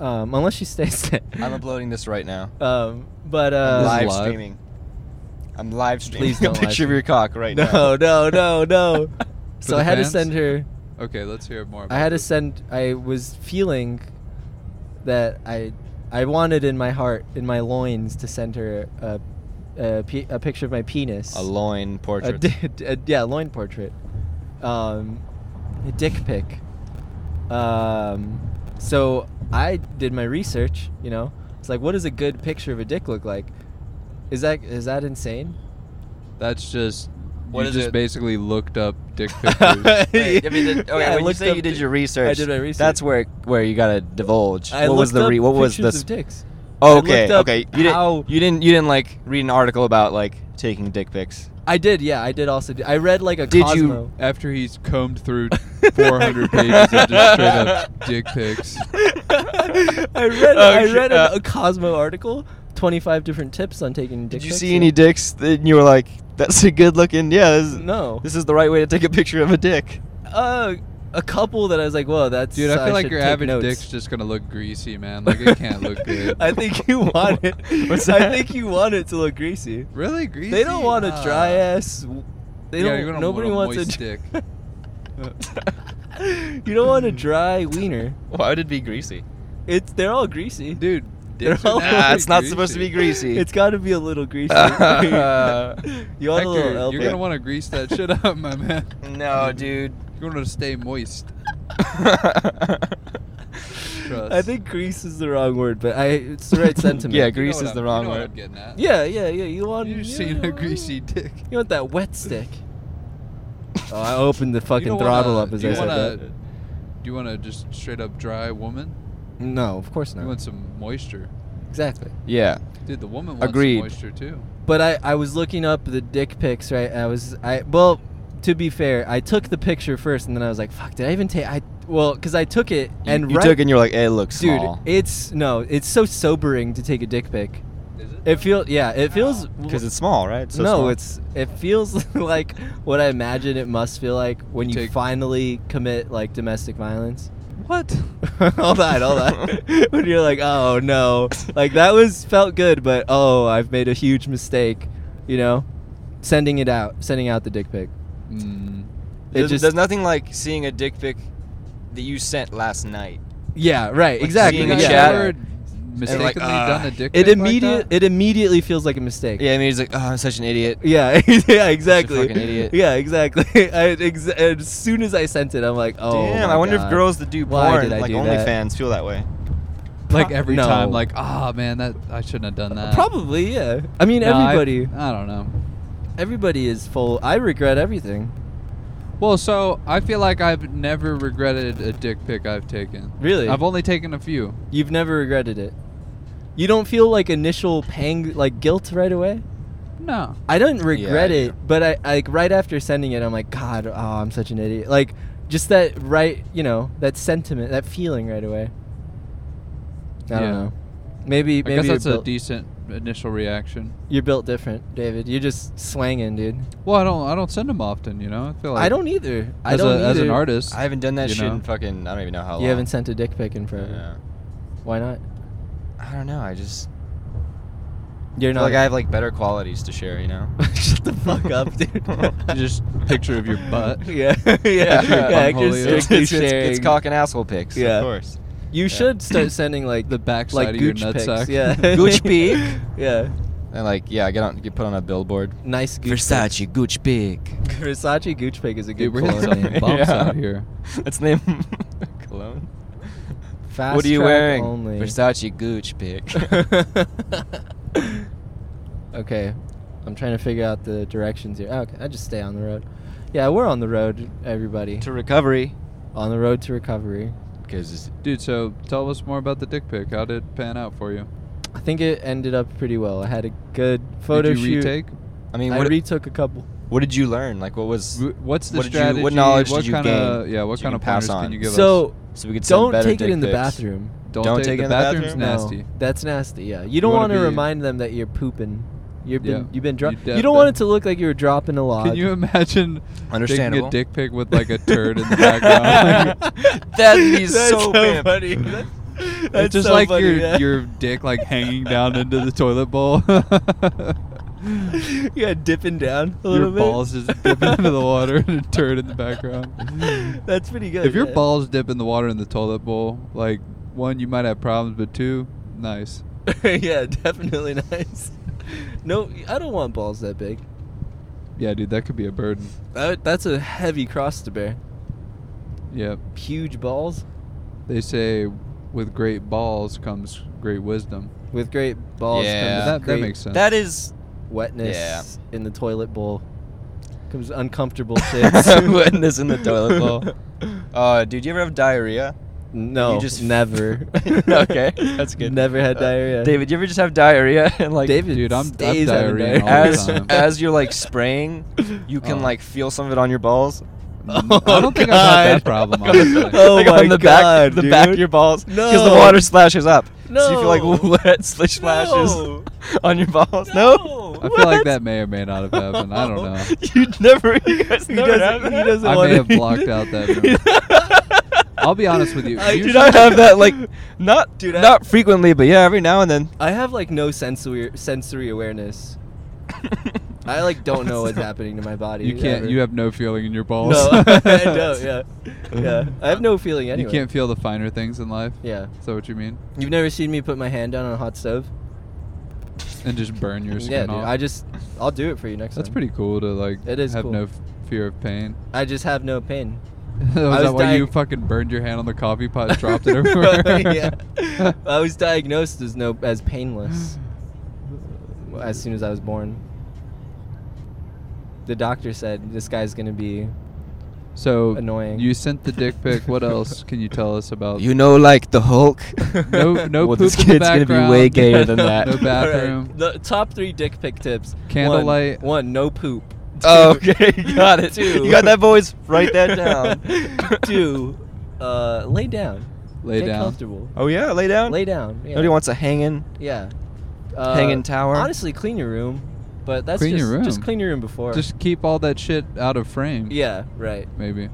E: um, unless she stays there.
D: I'm uploading this right now.
E: um, but
D: I'm
E: uh,
C: This is
D: live,
C: live.
D: streaming. I'm live streaming.
E: Please don't
D: a
E: live
D: picture of your cock right
E: no, no,
D: now.
E: no, no. so
C: the
E: I had
C: fans?
E: to send her.
C: Okay, let's hear more. About
E: I had to
C: this.
E: send. I was feeling that I, I wanted in my heart, in my loins, to send her a, a, pi- a picture of my penis.
D: A loin
E: A
D: portrait.
E: di- a- yeah, loin portrait. Um, a dick pic. Um, so I did my research. You know, it's like, what does a good picture of a dick look like? Is that is that insane?
C: That's just.
D: What
C: you
D: is
C: just
D: it?
C: basically looked up dick pictures.
D: Wait, I mean, the, okay,
E: Yeah, I
D: when you
E: looked
D: say
E: up
D: you did
E: the-
D: your research,
E: I did my research.
D: That's where where you gotta divulge.
E: I
D: what was
E: looked
D: the
E: up
D: re- what was
E: pictures
D: this?
E: Of dicks. I
D: Oh,
E: looked
D: okay,
E: up
D: okay. You
E: how-
D: didn't you didn't you didn't like read an article about like taking dick pics.
E: I did, yeah, I did also. Do, I read like a
D: Did you-
E: Cosmo.
C: After he's combed through 400 pages of just straight up dick pics.
E: I read
C: Oh,
E: I
D: Okay,
E: read
D: uh,
E: a, a Cosmo article, 25 different tips on taking dick
D: Did you
E: pics,
D: see
E: yeah.
D: any dicks? And you were like, "That's a good looking. Yeah, this is,
E: No.
D: this is the right way to take a picture of a dick."
E: Uh, a couple that I was like, whoa, that's.
C: Dude, I feel like
E: should
C: your
E: take
C: average
E: notes."
C: dick's just gonna look greasy, man. Like it can't look good.
E: I think you want it.
D: What's
E: I
D: that?
E: think you want it to look greasy.
C: really greasy.
E: They don't want a
C: Ah.
E: dry ass. They
C: Yeah,
E: don't.
C: you're gonna
E: nobody
C: want a
E: wants
C: moist
E: a
C: dick.
E: you don't want a dry wiener.
D: Why would it be greasy?
E: It's they're all greasy.
C: dude.
E: They're
C: dicks are
E: all-
C: naturally
D: Nah, it's not supposed to be greasy.
E: It's got to be a little greasy. you want a
C: Hector,
E: little elbow.
C: you're gonna want to grease that shit up, my man.
D: no, dude.
C: You're gonna stay moist. Trust.
E: I think grease is the wrong word, but I it's the right sentiment.
D: Yeah,
C: You know
D: grease
C: what
D: is
C: I'm-
D: the wrong
C: you know What
D: word.
C: I'm getting at.
E: Yeah, yeah, yeah. You want
C: You've
E: yeah.
C: seen a greasy dick.
E: You want that wet stick? oh, I opened the fucking
C: don't
E: throttle
C: wanna-
E: up as
C: do
E: I
C: you
E: said
C: wanna-
E: that.
C: Do you want to just straight up dry woman?
E: No, of course
C: You
E: not.
C: want some moisture,
E: Exactly.
D: Yeah.
C: dude. The woman wants some
D: Agreed.
C: moisture too.
E: But I, I was looking up the dick pics, right? I was I well, to be fair, I took the picture first, and then I was like, "Fuck! Did I even take? I well, because I took it
D: You-
E: and
D: you
E: right,
D: took it and you're like, it looks
E: dude,
D: small.
E: it's no, it's so sobering to take a dick pic.
C: Is
E: It feels yeah, it feels
D: Because it's small, right? So
E: no,
D: small.
E: it's it feels like what I imagine it must feel like when you
C: Take-
E: finally commit like domestic violence.
C: What?
E: hold on, hold on. when you're like, oh no, like that was felt good, but oh, I've made a huge mistake. You know, sending it out, sending out the dick pic.
C: Mm,
E: It
D: there's,
E: just-
D: there's nothing like seeing a dick pic that you sent last night.
E: Yeah, right,
D: Like
E: exactly.
D: seeing a
E: yeah.
D: chat.
C: ever mistakenly
D: like, uh,
C: done a dick pic
E: It
C: like
E: immediate,
C: that?
E: it immediately feels like a mistake.
D: Yeah, I mean, he's like, oh, I'm such an idiot.
E: Yeah, yeah, exactly.
D: fucking idiot.
E: Yeah, exactly. I, ex- as soon as I sent it, I'm like, oh.
D: Damn,
E: my
D: I wonder if
E: God.
D: girls that do
E: Why
D: porn,
E: did I
D: like
E: do that?
D: OnlyFans, feel that way.
C: like every
E: No. Uh,
C: time, like ah man, that I shouldn't have done that.
E: Probably, yeah. I mean,
C: No, I-
E: everybody,
C: I don't know.
E: everybody is full. I regret everything.
C: Well, so I feel like I've never regretted a dick pic I've taken.
E: Really?
C: I've only taken a few.
E: You've never regretted it. You don't feel like initial pang, like guilt right away.
C: No.
E: I don't regret
D: I
E: it, but I like right after sending it, I'm like, God, oh, I'm such an idiot. Like, just that right, you know, that sentiment, that feeling right away. I
C: Yeah.
E: don't know. Maybe, maybe
C: I guess
E: you're
C: that's a
E: built-
C: decent initial reaction.
E: You're built different, David. You're just slanging, dude.
C: Well, I don't. I don't send them often. You know. I feel like
E: I don't either. I
C: as
E: don't
C: a, as an
E: either.
C: artist.
D: I haven't done that
C: you
D: shit
C: know?
D: in fucking, I don't even know how long.
E: You haven't sent a dick pic in forever.
D: Yeah.
E: Why not?
D: I don't know. I just
E: You're
D: I
E: not.
D: feel like I have like better qualities to share, you know.
E: Shut the fuck up, dude.
C: just picture of your butt.
E: yeah, yeah, yeah.
C: Yeah.
E: you're
C: It's-
E: strictly
D: it's, it's,
E: sharing.
D: it's cock and asshole pics.
E: Yeah.
D: of course.
E: You should start sending like
C: The backside
E: like
C: of your
E: gooch
C: nutsack.
E: pics. Yeah,
D: Gooch pic.
E: yeah,
D: And like, yeah, I get on, get put on a billboard.
E: nice gooch.
D: Gucci Pig.
E: Pic. Versace gooch pic is a good
C: Dude, we're hitting
E: cologne
C: some
E: name.
C: bumps
D: Yeah.
C: out here.
D: That's the name. Cologne.
E: Fast
D: what are you
E: track
D: wearing?
E: Only.
D: Versace Gucci Pig.
E: okay, I'm trying to figure out the directions here. Oh, okay, I just stay on the road. Yeah, we're on the road, everybody.
D: to recovery.
E: on the road to recovery.
D: Because
C: Dude, so tell us more about the dick pic. How did it pan out for you?
E: I think it ended up pretty well. I had a good photo
C: did you
E: shoot.
C: retake?
D: I mean,
E: I
D: what,
E: retook a couple.
D: what did you learn? Like, what was
C: W- What's the
D: What did you- what
C: strategy?
D: knowledge did you
C: kind of
D: gain
C: yeah? What
D: so you
C: kind
D: can
C: of
D: pass
C: pointers
D: on?
C: can you give us?
E: So
D: so we could send
E: don't
D: better
E: take it
D: dick
E: in the
D: pics.
E: bathroom.
C: Don't,
D: don't
C: take,
D: take
C: the
D: in the
C: bathroom's
D: bathroom?
C: nasty.
E: No, that's nasty. Yeah, you don't
C: wanna
E: want to
C: be-
E: remind them that you're pooping. You've been
C: Yeah,
E: you've been drunk.
C: you
E: You, don't want
C: def-
E: it to look like you were dropping a lot.
C: Can you imagine taking
D: Understandable.
C: a dick pic with like a turd in the background?
D: That'd be so pimp.
E: funny.
C: it's just like your your dick like hanging down into the toilet bowl.
E: yeah dipping down a
C: your
E: little bit.
C: balls just dip into the water and a turd in the background.
E: That's pretty good.
C: if your
E: yeah.
C: balls dip in the water in the toilet bowl, like one, you might have problems, but two, nice.
E: yeah, definitely nice. No, I don't want balls that big.
C: Yeah, dude, that could be a burden.
E: That, that's a heavy cross to bear.
C: Yep.
E: Huge balls
C: They say with great balls comes great wisdom.
E: with great balls
D: Yeah.
E: comes
C: that, that
E: great
C: makes sense.
D: That is
E: wetness
D: Yeah.
E: in the toilet bowl. Comes uncomfortable shits.
D: wetness in the toilet bowl. Uh, dude, you ever have diarrhea?
E: No,
D: You just-
E: never.
D: Okay, that's good.
E: Never had
D: Uh,
E: diarrhea.
D: David, you ever just have diarrhea and like
E: David,
C: Dude, I'm- I'm
E: stays having
C: diarrheaing all the
D: as
C: time.
D: as you're like spraying, you can
C: Oh.
D: like feel some of it on your balls.
C: Mm, I don't think I've had that problem. honestly.
E: Oh
D: like on
E: my
D: the back,
E: God,
D: the back of
E: dude.
D: your balls, because
E: No.
D: the water splashes up. so you feel
E: No.
D: like wet slish splashes
E: No.
D: on your balls. No,
C: I feel like that may or may not have happened. I don't know.
D: you never, you guys
E: He
D: never have
E: doesn't, he
D: that?
E: doesn't
C: I
E: want
C: may have blocked out that. I'll be honest with you.
E: I
D: Do
C: usually-
D: not have that like not
E: Dude, I-
D: not frequently, but yeah, every now and then.
E: I have like no sensory sensory awareness. I like don't know what's happening to my body.
C: you can't.
E: ever.
C: You have no feeling in your balls.
E: no. I don't. Yeah, yeah. I have no feeling anyway.
C: You can't feel the finer things in life.
E: Yeah.
C: Is that what you mean?
E: You've never seen me put my hand down on a hot stove.
C: And just burn your skin
E: yeah, dude.
C: off.
E: I just, I'll do it for you next
C: That's
E: time.
C: pretty cool to like.
E: It is
C: have
E: cool.
C: no f- fear of pain.
E: I just have no pain.
C: was
E: was
C: that why you
E: diag-
C: fucking burned your hand on the coffee pot, and dropped it everywhere?
E: yeah. I was diagnosed as no as painless as soon as I was born. The doctor said this guy's gonna be.
C: So
E: Annoying.
C: You sent the dick pic. What else can you tell us about?
D: You know, like the Hulk.
C: no, no
D: well,
C: poop
D: this
C: in the
D: kid's gonna be way
C: background.
D: gayer than
C: No
D: that.
E: All right,
C: bathroom.
E: The top three dick pic tips. One-
C: Candlelight.
E: One, no poop.
D: Oh, okay, got it.
E: Two.
D: You got that, boys? Write that down.
E: Two, uh, lay down.
C: Lay
E: Get
C: down.
E: comfortable.
D: Oh yeah, lay down.
E: Lay down. Yeah.
D: Nobody wants a hanging.
E: Yeah. Uh,
D: Hanging tower.
E: Honestly, clean your room. But that's
C: Clean
E: just,
C: your
E: just
C: room.
E: clean your room before.
C: Just keep all that shit out of frame.
E: yeah, right.
C: Maybe.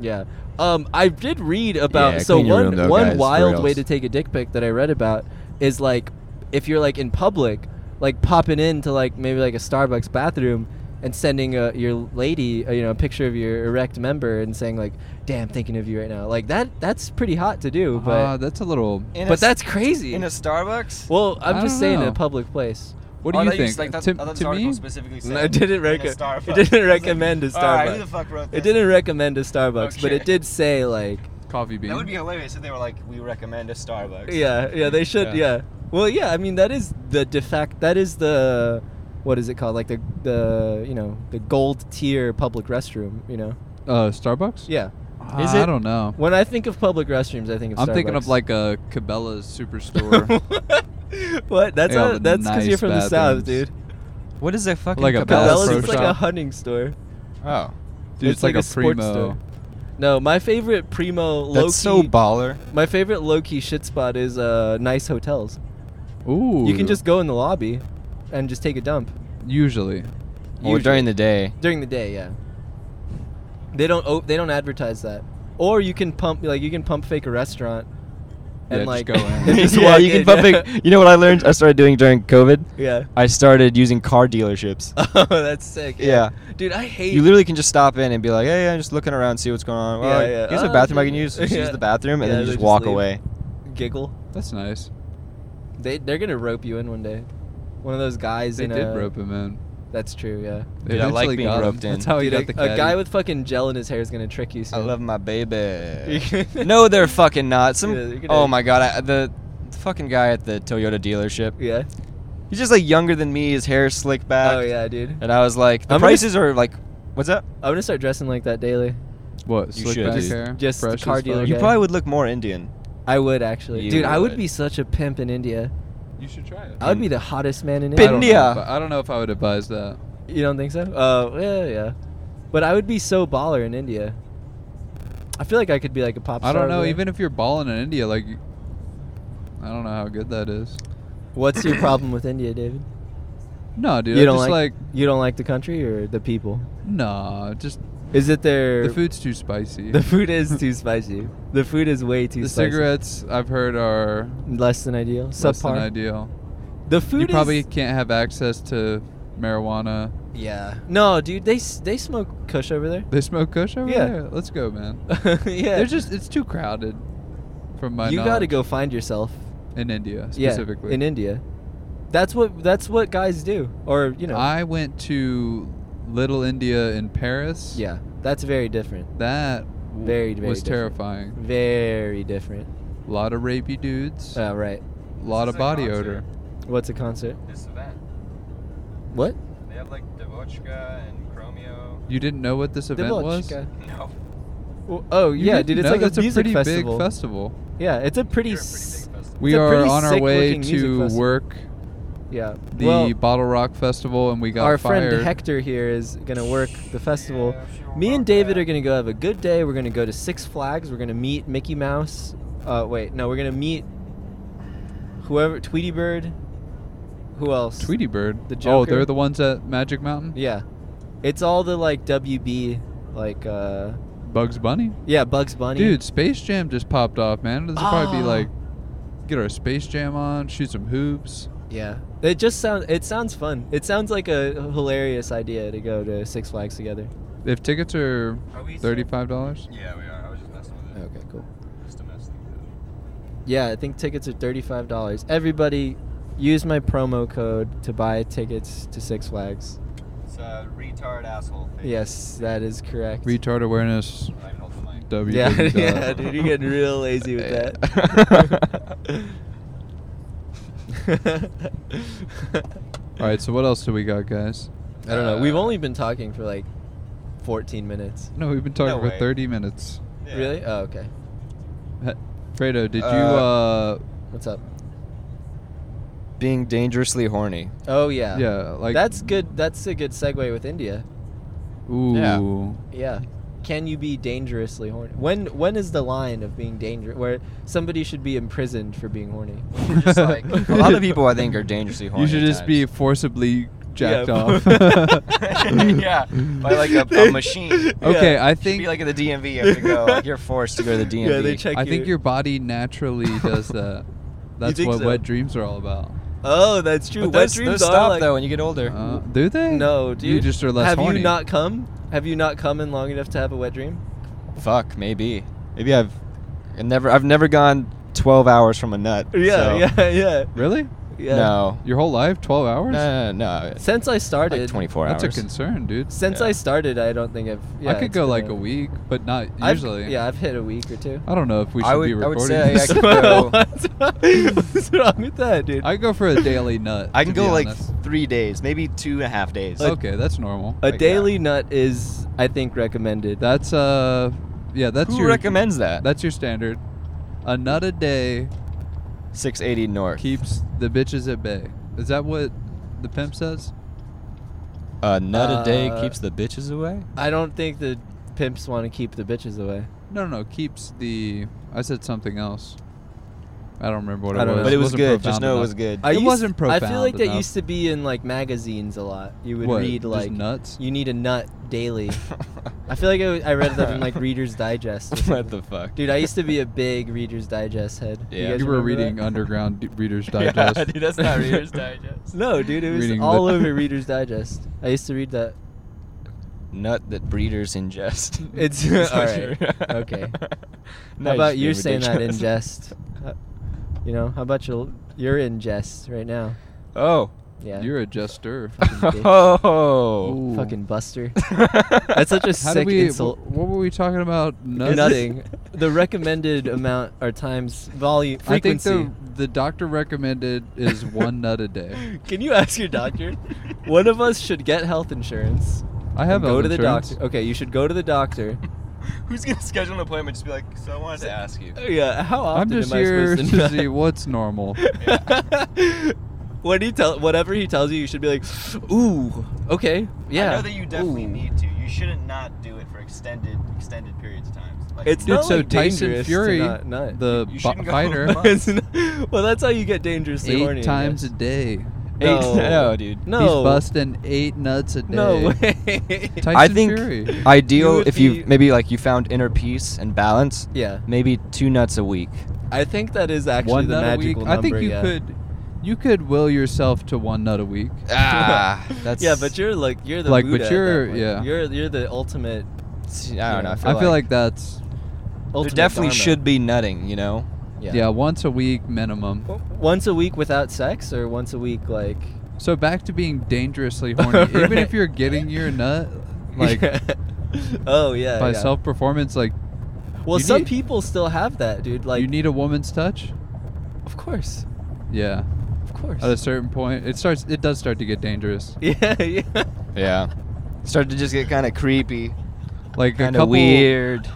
E: Yeah. Um, I did read about
F: Yeah,
E: so
F: clean your
E: one
F: room though,
E: one
F: guys, for
E: wild
F: reals.
E: way to take a dick pic that I read about is like if you're like in public, like popping into like maybe like a Starbucks bathroom and sending uh your lady uh, you know a picture of your erect member and saying like, "Damn, thinking of you right now." Like that that's pretty hot to do, but
C: Ah, that's a little.
D: In a
E: but
D: s-
E: that's crazy.
D: Uh, in a Starbucks.
E: well, I'm
C: I
E: just
C: don't
E: saying in
C: know.
E: a public place.
C: What do
D: Oh, I
C: you
D: thought
C: think?
D: just- like, that,
C: to
D: I thought this
C: to
D: article
C: me,
D: specifically
E: No,
D: said
E: it didn't
D: in a
E: rec- it
D: Starbucks.
E: didn't
D: I was like,
E: recommend a
D: "All right, who
E: Starbucks."
D: the fuck wrote
E: It
D: this?
E: didn't recommend a Starbucks, but
D: Okay.
E: it did say like,
C: coffee bean.
D: That would be hilarious if they were like, "We recommend a Starbucks."
E: yeah, yeah, they should, yeah.
D: Yeah.
E: Well, yeah, I mean that is the de fact. That is the what is it called? Like the the you know the gold tier public restroom. You know,
C: uh, Starbucks.
E: yeah.
C: Ah,
E: Is
C: I
E: it-
C: don't know.
E: When I think of public restrooms, I think of.
C: I'm thinking of
E: Starbucks.
C: like a Cabela's superstore,
E: what? That's
C: They have
E: how, that's because you're
C: nice
E: from the south,
C: bathrooms.
E: dude.
D: What is a fucking
C: Like a Cabela's
E: Cabela's is
C: Pro
E: like a
C: Shop.
E: hunting store.
F: Oh,
C: dude. It's, like, a,
E: sports
C: primo.
E: store. No, my favorite primo low
F: that's so baller.
E: My favorite low key shit spot is uh, nice hotels.
C: Ooh.
E: You can just go in the lobby and just take a dump
C: usually.
F: Or during the day.
E: during the day. Yeah. They don't. Oh, they don't advertise that. Or you can pump like you can pump fake a restaurant.
C: Yeah,
E: And
C: just
E: like
C: go in.
E: and just
D: yeah,
E: walk
D: you can
E: in,
D: pump
E: yeah.
D: it- You know what I learned? I started doing during COVID.
E: Yeah.
D: I started using car dealerships.
E: Oh, that's sick.
D: Yeah.
E: Dude, I hate.
D: You literally can just stop in and be like, "Hey, yeah, just looking around, see what's going on." Well,
E: Yeah, yeah.
D: Here's a
E: Oh,
D: bathroom I
E: dude.
D: can use. Just
E: Yeah.
D: Use the bathroom, and
E: Yeah,
D: then you
E: they
D: just
E: just
D: walk
E: leave.
D: away.
E: giggle.
C: That's nice.
E: They they're gonna rope you in one day. One of those guys
C: They
E: in
C: did
E: a.
C: rope him in.
E: That's true. Yeah.
C: They
D: Dude, I like
C: eventually
D: being
C: got him.
D: roped in.
C: That's how he
E: Dude,
C: got
E: a,
C: the
E: a
C: caddy.
E: guy with fucking gel in his hair is gonna trick you.
D: I
E: Soon.
D: love my baby. no, they're fucking not. Some.
E: Yeah, they're gonna-
D: oh my god, I, the the fucking guy at the Toyota dealership.
E: Yeah.
D: He's just like younger than me. His hair is slicked
C: Uh,
D: back.
E: Oh yeah, dude.
D: And I was like, the
E: I'm gonna-
D: prices are like, what's up?
E: I'm gonna start dressing like that daily.
C: what?
D: You
C: slick
D: should,
C: back
D: dude.
C: hair.
E: Just the
C: Fresh
E: car
C: as
E: dealer
C: fuck?
E: guy.
D: You
E: Okay.
D: probably would look more Indian.
E: I would actually,
D: You
E: dude. I would
D: would.
E: be such a pimp in India.
C: You should try it.
E: I would be the hottest man in
C: I don't know
E: India.
D: Pimp.
C: if
D: India.
C: I- I don't know if I would advise that.
E: You don't think so? Oh yeah, yeah. But I would be so baller in India. I feel like I could be like a pop star.
C: I don't
E: over
C: know.
E: there.
C: Even if you're balling in India, like, you- I don't know how good that is.
E: What's your problem with India, David?
C: No, dude.
E: you
C: I
E: don't
C: just like,
E: you don't like the country or the people?
C: nah. Just
E: Is it their
C: the food's too spicy.
E: The food is too spicy. The food is way too
C: The
E: spicy.
C: cigarettes I've heard are
E: less than ideal.
C: less
E: Subpar.
C: than ideal.
E: The food
C: you probably
E: is
C: can't have access to marijuana.
E: yeah. No, dude, they s- they smoke kush over there.
C: They smoke kush over
E: Yeah.
C: there. Let's go, man.
E: yeah.
C: They're just it's too crowded. From my
E: you got to
C: knowledge.
E: go find yourself.
C: in India
E: Yeah,
C: specifically.
E: in India. That's what that's what guys do, or you know,
C: I went to Little India in Paris.
E: yeah, that's very different.
C: That w-
E: Very, very
C: was
E: different.
C: terrifying.
E: Very different.
C: A lot of rapey dudes.
E: Oh, right.
C: a lot of
D: This is like
C: body
D: concert.
C: odor.
E: What's a concert?
D: This event,
E: What?
D: they have like Devochka and Chromio.
C: You didn't know what this event was?
E: Debauchka.
D: No,
E: Well, oh
C: You
E: yeah,
C: didn't
E: dude, it's
C: know?
E: like
C: That's
E: a music
C: pretty
E: festival.
C: big festival.
E: yeah, it's a pretty.
D: You're a pretty
E: s-
D: big festival.
C: We
E: a
C: are
E: pretty
C: on our way
E: sick-looking music
C: to
E: festival.
C: work
E: yeah.
C: the
E: well,
C: Bottle Rock Festival, and we got
E: our
C: fired.
E: friend Hector here is gonna work the festival.
D: Yeah, sure
E: Me and
D: about
E: David
D: that.
E: are gonna go have a good day. We're gonna go to Six Flags. We're gonna meet Mickey Mouse. Uh, wait, no, we're gonna meet whoever Tweety Bird. Who else?
C: Tweety Bird.
E: The
C: Oh,
E: Joker.
C: they're the ones at Magic Mountain.
E: Yeah, it's all the like WB, like uh,
C: Bugs Bunny.
E: yeah, Bugs Bunny.
C: Dude, Space Jam just popped off, man. This will probably be
E: Ah.
C: like get our Space Jam on, shoot some hoops.
E: Yeah, it just sounds. It sounds fun. It sounds like a hilarious idea to go to Six Flags together.
C: If tickets are
D: Are we still-
C: thirty-five dollars,
D: Yeah, we are. I was just messing with
E: Okay, cool.
D: Just to mess
E: Yeah, I think tickets are thirty-five dollars. Everybody, use my promo code to buy tickets to Six Flags.
D: It's a retard asshole.
E: Yes, that is correct.
C: retard awareness. W. E
E: yeah, yeah, dude, you're getting real lazy with that.
C: All right, so what else do we got, guys?
E: I don't know. We've only been talking for like fourteen minutes.
C: No, we've been talking
D: No
C: for
D: way.
C: thirty minutes.
E: Really? Oh, okay.
C: Fredo, did you?
D: Uh,
C: uh
E: What's up?
D: Being dangerously horny.
E: Oh yeah.
C: uh, Yeah, like
E: that's good. That's a good segue with India.
C: Ooh.
F: Yeah.
E: Yeah. Can you be dangerously horny? When when is the line of being dangerous where somebody should be imprisoned for being horny?
D: Just like- a lot of people, I think, are dangerously horny.
C: You should
D: at
C: just be forcibly jacked
E: Yeah.
C: off.
D: times. yeah, by like a, a machine. Should
C: Okay,
E: Yeah.
C: I
D: be
C: think
D: like at the DMV, you have to go. Like you're forced to go to the DMV.
E: Yeah, they check
C: I think
E: you.
C: your body naturally does that. That's
E: think
C: what
E: so?
C: wet dreams are all about.
E: Oh, that's true.
D: But
E: Wet
D: those,
E: dreams
D: those
E: are
D: stop
E: like-
D: though when you get older.
C: Uh, do they?
E: No, dude.
C: You just are less
E: Have
C: horny.
E: you not come? Have you not come in long enough to have a wet dream? Mm.
F: Fuck, maybe. Maybe I've I never I've never gone 12 hours from a nut. so-
E: Yeah, yeah, yeah,
C: Really?
E: yeah.
F: No.
C: Your whole life, twelve hours?
F: No, no, no. it's
E: Since I started,
F: Like 24
C: That's
F: hours.
C: a concern, dude.
E: Since
F: Yeah.
E: I started, I don't think I've. Yeah,
C: I could
E: it's
C: go
E: been
C: like a week, but not
E: I've-
C: usually.
E: yeah, I've hit a week or two.
C: I don't know if we should
D: I would-
C: be
D: I would
C: recording.
D: say I
C: this.
D: could- go-
E: What's what's wrong with that, dude?
C: I go for a daily nut.
D: I can
C: to be
D: go like
C: honest.
D: three days, maybe two and a half days.
C: Okay, that's normal.
E: A
D: yeah.
E: daily nut is, I think, recommended.
C: That's uh, yeah, that's
F: Who
C: your
F: recommends that?
C: that's your standard. A nut a day
F: 680 north.
C: keeps the bitches at bay. Is that what the pimp says?
F: A nut a day
E: Uh,
F: keeps the bitches away.
E: I don't think the pimps want to keep the bitches away.
C: No, no, keeps the. I said something else. I don't remember what it
E: I don't
C: was.
E: know.
D: but it was
C: wasn't
D: good. Just
C: profound
D: know it
C: enough.
D: was good.
E: I
C: It wasn't
E: I feel like
C: profound
E: that
C: enough.
E: used to be in like magazines a lot. You would
C: What,
E: read
C: just
E: like
C: nuts?
E: You need a nut daily. I feel like I, w- I read that in like Reader's Digest. or
F: what
E: something.
F: the fuck?
E: Dude, I used to be a big Reader's Digest head. You
F: Yeah.
E: guys
C: You were
E: remember
C: reading
E: that?
C: Underground D- Reader's
F: Yeah,
C: Digest.
F: dude, that's not Reader's Digest.
E: No, dude, it was
C: Reading
E: all
C: the-
E: over Reader's Digest. I used to read that.
F: Nut that breeders ingest.
E: It's-
F: That's what
E: alright,
F: you're-
E: okay.
F: No,
E: How about
F: just
E: you
F: being
E: saying that in
F: ridiculous.
E: jest? Uh, You know, how about you? You're in jest right now.
F: Oh.
E: Yeah.
C: You're a jester.
E: Fucking bitch.
F: Oh.
C: Ooh.
E: Fucking Buster.
F: That's
E: That's such a
C: How did
E: sick
C: we?
E: insult.
C: wh- What were we talking about? Nuts?
E: Nothing. the recommended amount or times volume
C: I think
E: frequency.
C: the the doctor recommended is one nut a day.
E: Can you ask your doctor? One of us should get health insurance.
C: I have
E: and go
C: health
E: to the
C: insurance.
E: doctor. Okay, you should go to the doctor.
D: Who's gonna schedule an appointment? Just be like, so I wanted to ask you.
E: Oh, yeah, how often
C: I'm just
E: am I
C: here
E: supposed to
C: to see what's normal.
E: What he tell whatever he tells you, you should be like, ooh, okay, yeah.
D: I know that you definitely
E: ooh."
D: need to. You shouldn't not do it for extended extended periods of time. Like,
E: It's
C: Dude,
E: not
C: so
E: like
C: Tyson
E: dangerous to
C: Fury,
E: not nut.
C: the
D: You
C: bo-
D: shouldn't go
C: fighter,
D: nuts.
E: It's not- well, that's how you get dangerously horny. I
C: eight times a
E: guess.
C: day.
F: Eight-
E: No.
F: no, dude.
E: No,
C: He's busting eight nuts a day.
E: no way.
C: Tyson
F: I think
C: Fury.
F: ideal
E: would
F: if you
E: be-
F: maybe like you found inner peace and balance,
E: yeah,
F: maybe two nuts a week.
E: I think that is actually
C: one
E: the
C: nut a week.
E: magical
C: I think
E: number,
C: you
E: yeah.
C: could, you could will yourself to one nut a week.
F: Ah, that's
E: yeah, but you're like you're the
C: Like, but
E: Buddha at that
C: you're-
E: point.
C: yeah.
E: you're you're the ultimate.
F: I don't know.
E: yeah.
F: I
C: I
F: feel,
C: feel like that's
E: ultimate
F: there definitely
E: dharma.
F: should be nutting. You know,
E: Yeah.
C: yeah, once a week minimum.
E: W- Once a week without sex, or once a week like.
C: So back to being dangerously horny. Even if
E: Right.
C: you're getting your nut, like
E: oh yeah.
C: by
E: yeah.
C: self performance, like
E: Well,
C: you
E: some
C: need-
E: people still have that, dude. Like
C: you need a woman's touch.
E: Of course.
C: Yeah,
E: Of course.
C: at a certain point, it starts. It does start to get dangerous.
E: yeah, yeah.
F: yeah,
D: started to just get kind of creepy,
C: Like a
F: kind
C: couple
F: of weird.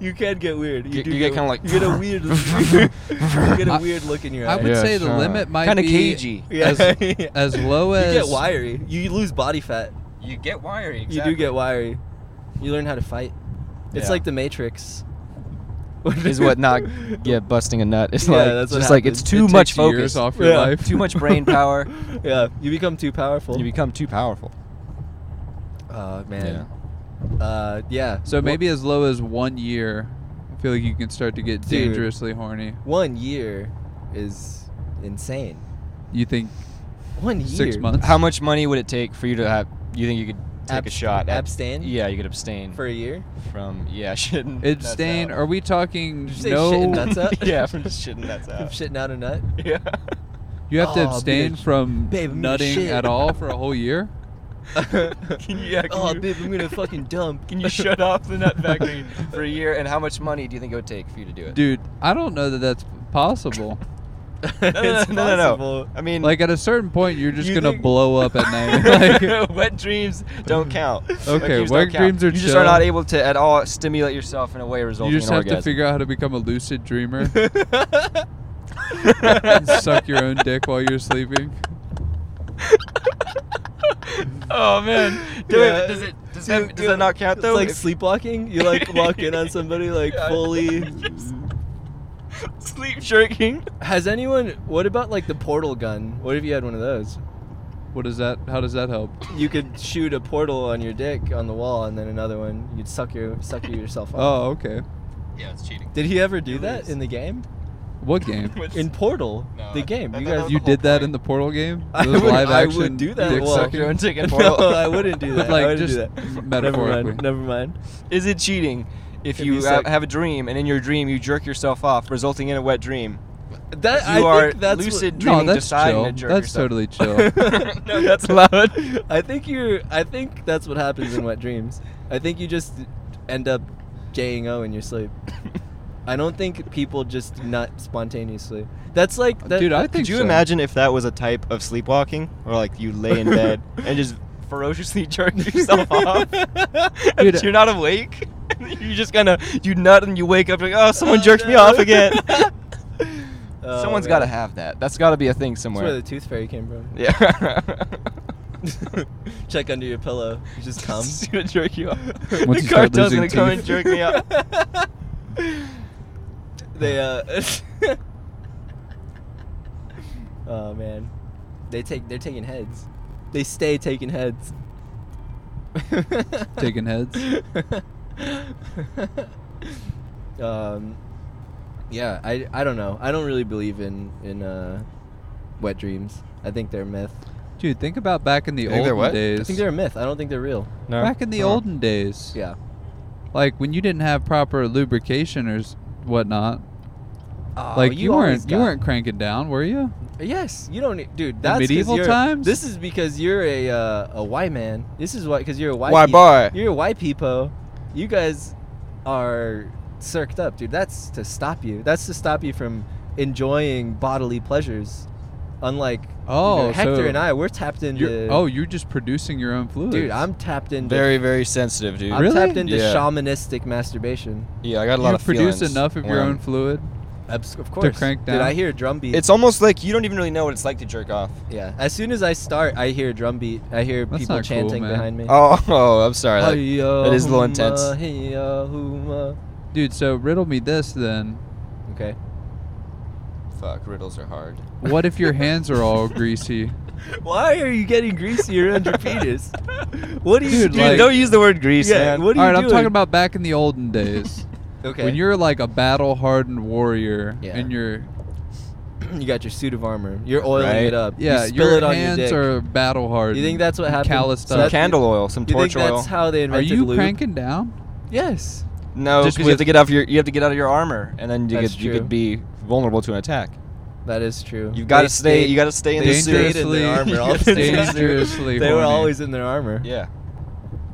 E: You can get weird. You,
F: Get-
E: do
F: you get kinda like-
E: you get a weird you get a
C: I-
E: weird look in your
C: I
E: eye.
C: would
F: Yeah,
C: say the
F: sure.
C: limit might
F: Kinda
C: be
F: cagey.
E: yeah.
C: as- as low
E: you
C: as
E: get wiry. You lose body fat.
D: you get wiry.
E: You do get wiry. You learn how to fight. It's
F: Yeah.
E: like the Matrix.
F: Is what not yeah busting a nut. It's
E: Yeah,
F: like
E: that's what
F: just like it's
E: happens.
F: too
C: it
F: much
C: takes years
F: focus,
C: off your
E: Yeah.
C: life.
F: too much brain power.
E: Yeah, you become too powerful.
F: You become too powerful.
E: oh man. Uh, yeah.
C: So
E: Wha-
C: maybe as low as one year, I feel like you can start to get
E: Dude.
C: dangerously horny.
E: one year is insane.
C: You think
E: One year.
C: six months?
F: How much money would it take for you to have? You think you could take a
E: Abst-
F: shot? At,
E: abstain?
F: Yeah, you could abstain
E: for a year.
F: from yeah shitting. nuts
C: Abstain?
F: out.
C: Are we talking
E: Did you say
C: no?
E: shitting nuts out?
F: yeah, from just shitting nuts
E: From
F: out.
E: shitting out a nut.
F: yeah.
C: You have to
E: Aw,
C: abstain
E: Oh, bitch.
C: from
E: Babe, I'm gonna
C: nutting
E: shit.
C: at all for a whole year.
E: can
F: you- yeah, can
E: oh,
F: you-
E: babe, I'm gonna fucking dump.
F: Can you shut off the nut factory for a year? And how much money do you think it would take for you to do it?
C: Dude, I don't know that that's possible.
E: no,
F: no, no, no, no, no. I mean,
C: like at a certain point, you're just
E: You
C: gonna
E: think-
C: blow up at night. Like,
F: wet dreams don't count.
C: Okay,
F: dreams don't
C: wet
F: count.
C: dreams are
F: You just
C: chill.
F: are not able to at all stimulate yourself in a way resulting
C: you just
F: in
C: have
F: orgasm.
C: to figure out how to become a lucid dreamer and suck your own dick while you're sleeping.
F: oh man, do
E: Yeah.
F: it. Does it
D: Does that, does that not count
E: It's
D: though?
E: like
D: If-
E: sleepwalking. You like walk in on somebody like
D: Yeah.
E: fully.
D: sleep shirking.
E: Has anyone? What about like the portal gun? What if you had one of those?
C: What does that? How does that help?
E: You could shoot a portal on your dick on the wall, and then another one. You'd suck your suck yourself off.
C: Oh, okay.
D: Yeah, it's cheating.
E: Did he ever do
D: You
E: that
D: lose.
E: in the game?
C: What game?
E: In Portal,
D: No,
E: the
D: I-
E: game.
D: I
E: you
D: thought that
E: guys,
D: was
C: You
D: the whole
C: did that
D: point.
C: in the Portal game?
E: I
C: Those
E: would-
C: lick
E: I would do that.
C: dick
E: Well,
C: sucking?
D: Your own ticket
E: no,
D: portal.
E: I wouldn't do
C: But,
E: that. I
C: like,
E: wouldn't
C: just
E: do that.
C: metaphorically.
E: Never mind. Never mind.
D: Is it cheating if
E: If
D: you
E: you
D: ha-
E: suck-
D: have a dream and in your dream you jerk yourself off, resulting in a wet dream?
E: That
D: you
E: I
D: are
E: think that's what-
D: lucid
C: No,
D: dreaming,
C: that's
D: deciding
C: chill.
D: to
C: That's
D: jerk yourself.
C: totally chill.
D: no, that's allowed.
E: I think you're. I think that's what happens in wet dreams. I think you just end up jing o in your sleep. I don't think people just nut spontaneously. That's like that,
C: Dude, I think
D: Could you
C: so.
D: imagine if that was a type of sleepwalking, or like you lay in bed and just ferociously jerk yourself off, and
C: Dude,
D: you're not awake? you just kind of you nut and you wake up like, oh, someone jerked me off again.
E: Oh,
D: Someone's
E: man.
D: got to have that. That's got to be a thing
E: That's where
D: somewhere.
E: the tooth fairy came from.
D: yeah.
E: Check under your pillow. You just come.
D: She's gonna jerk you off.
C: Once
D: the
C: you start
D: cartel's gonna
C: losing
D: come and
C: teeth.
D: jerk me off.
E: they uh. oh man, they take they're taking heads. They stay taking heads.
C: Taking heads.
E: um, yeah, I I don't know. I don't really believe in in uh, wet dreams. I think they're a myth.
C: Dude, think about back in the
F: You think they're
C: olden
F: what? I
C: days.
E: I think they're a myth. I don't think they're real.
F: No.
C: back in the
F: Huh.
C: olden days.
E: Yeah.
C: Like when you didn't have proper lubrication or s- whatnot.
E: Oh,
C: like you,
E: always
C: weren't you
E: got-
C: weren't cranking down, were you?
E: Yes, you don't, need, dude. That's 'cause
C: medieval
E: you're-
C: times?
E: This is because you're a uh, a white man. This is why because you're a white.
F: Why
E: peop-
F: boy?
E: You're a white people. You guys are circed up, dude. That's to stop you. That's to stop you from enjoying bodily pleasures. Unlike you know,
C: Oh,
E: Hector
C: so
E: and I, we're tapped into.
C: You're, oh, you're just producing your own fluids.
E: dude, I'm tapped into.
F: Very, very sensitive, dude.
E: I'm
C: Really?
E: tapped into
F: Yeah.
E: shamanistic masturbation.
F: Yeah, I got a lot
C: You
F: of
C: produce
F: feelings
C: enough of your
F: when-
C: own fluid.
E: Abs- Of course.
C: crank
E: Did
C: down.
E: I hear a drum beat?
F: It's almost like you don't even really know what it's like to jerk off.
E: yeah. As soon as I start, I hear a drum beat. I hear
C: That's
E: people
C: not cool,
E: chanting
C: man.
E: behind me.
F: Oh, oh I'm sorry. That,
E: uh,
F: that is a little intense.
E: Hi-yah-hooma, uh, hi-yah-hooma.
C: Dude, so riddle me this then.
E: Okay.
F: Fuck, riddles are hard.
C: What if your hands are all greasy?
E: Why are you getting greasy around your penis? What do you
C: Dude,
E: do?
F: Dude,
C: like-
F: don't use the word grease,
E: yeah,
F: man.
E: what are
C: All
E: you
C: right, I'm
E: doing?
C: talking about back in the olden days.
E: okay.
C: When you're like a battle hardened warrior
E: Yeah.
C: and you're
E: you got your suit of armor. You're oiling
F: Right.
E: it up.
C: yeah,
E: you spill
C: your
E: it on
C: hands
E: your dick.
C: are battle hardened.
E: You think that's what happened?
C: Calloused
E: So
C: up.
E: that's-
F: Candle oil, some
E: you think
F: torch oil.
E: that's how they
C: Are
E: invented
C: you
E: lube?
C: cranking down?
E: Yes.
F: no,
C: just
F: because you have
C: with-
F: to get out of your you have to get out of your armor, and then you
E: That's
F: could you
E: true.
F: could be vulnerable to an attack.
E: That is true.
F: You've got
E: They
F: to stay.
E: stayed-
F: You got to stay in
E: they
F: the
E: stayed
F: suit.
E: in their armor. All the time.
C: Dangerously
E: They were
C: horny.
E: always in their armor.
F: Yeah,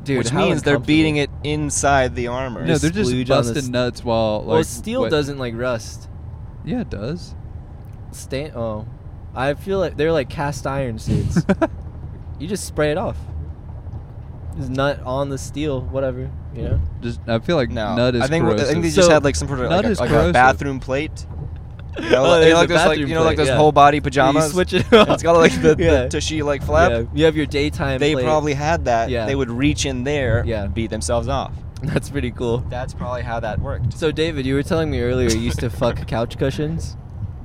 E: Dude,
F: which
E: how
F: means they're
E: uncomfortable.
F: beating it inside the armor.
C: No, they're just
E: splooge on the
C: busting
E: st-
C: nuts while like
E: well, steel
C: wet-
E: doesn't like rust.
C: Yeah, it does.
E: Stain. Oh, I feel like they're like cast iron suits. you just spray it off. Just nut on the steel, whatever. You know.
C: just I feel like
F: no,
C: nut is
F: I think
C: corrosive.
F: I think they just
E: So,
F: had like some sort of like,
C: nut
F: a,
C: is
F: like a
C: corrosive.
F: bathroom plate. You know,
E: Oh,
F: like, like
E: there's a
F: those like
E: bathroom
F: you know like
E: plate,
F: those
E: yeah.
F: whole body
E: You
F: pajamas.
E: switch it up.
F: It's got like the,
E: yeah.
F: the tushy like flap.
E: Yeah, You have your daytime.
F: They
E: plate.
F: probably had that.
E: Yeah.
F: They would reach in there,
E: Yeah.
F: and beat themselves off.
E: That's pretty cool.
F: That's probably how that worked.
E: So David, you were telling me earlier you used to fuck couch cushions.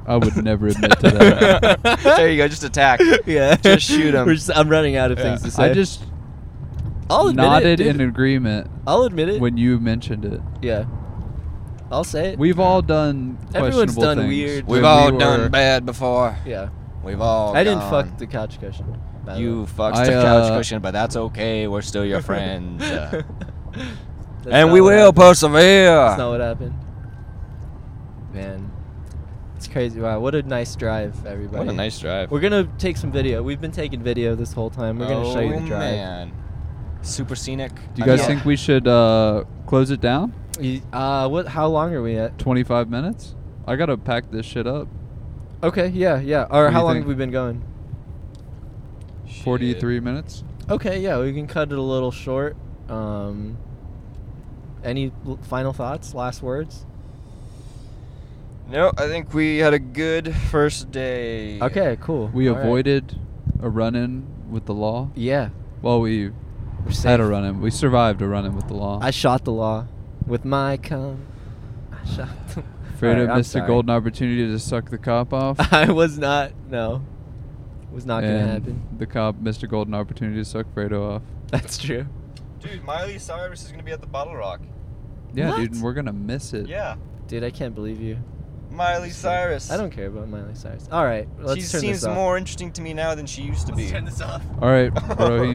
C: I would never admit to that.
F: there you go. Just attack.
E: Yeah.
F: Just shoot 'em.
E: We're just- I'm running out of
F: Yeah.
E: things to say.
C: I just
E: I'll admit
C: nodded
E: it. dude.
C: in agreement
E: I'll admit it.
C: when you mentioned it.
E: yeah. I'll say it.
C: We've all done
E: Everyone's
C: questionable
E: done
C: things.
E: weird-
C: when
F: We've all
C: we were-
F: done bad before.
E: yeah.
F: We've all.
E: I didn't
F: gone.
E: fuck the uh, couch cushion. by the
F: Oh, You
E: way.
F: fucked
C: I,
F: the couch
C: uh,
F: cushion, but that's okay. We're still your friends. Uh,
E: That's
F: and
E: not
F: we
E: what
F: will
E: happened.
F: persevere.
C: Ah.
E: That's not what happened. Man, it's crazy. Wow, what a nice drive, everybody.
F: What a nice drive.
E: We're gonna take some video. We've been taking video this whole time. We're gonna show you the
F: Oh,
E: drive.
F: Man. Super scenic.
C: Do you guys
E: Yeah.
C: think we should uh, close it down?
E: You- uh, what? How long are we at?
C: 25 minutes? I gotta pack this shit up.
E: Okay, yeah, yeah.
C: What
E: Or
C: do
E: how
C: you
E: long
C: think?
E: have we been going?
C: 43 minutes.
E: Okay, yeah, we can cut it a little short. Um, any l- final thoughts? Last words?
F: No, I think we had a good first day.
E: Okay, cool.
C: We
E: All right.
C: avoided a run-in with the law.
E: Yeah,
C: Well, we
E: We're safe.
C: I had a run in. We survived a run in with the law.
E: I shot the law with my cum. I shot. The-
C: Afraid
E: Alright,
C: I
E: I'm
C: missed a
E: sorry.
C: golden opportunity to suck the cop off.
E: I was not. No, was not gonna
C: and
E: happen.
C: The cop missed a golden opportunity to suck Fredo off.
E: That's true.
D: Dude, Miley Cyrus is gonna be at the Bottle Rock.
C: Yeah,
E: What?
C: dude, and we're gonna miss it.
D: Yeah,
E: Dude, I can't believe you.
D: Miley Cyrus.
E: I don't care about Miley Cyrus. All right, let's
D: she
E: turn
D: seems
E: this off.
D: more interesting to me now than she used to be.
E: this off.
C: All right, Rohini.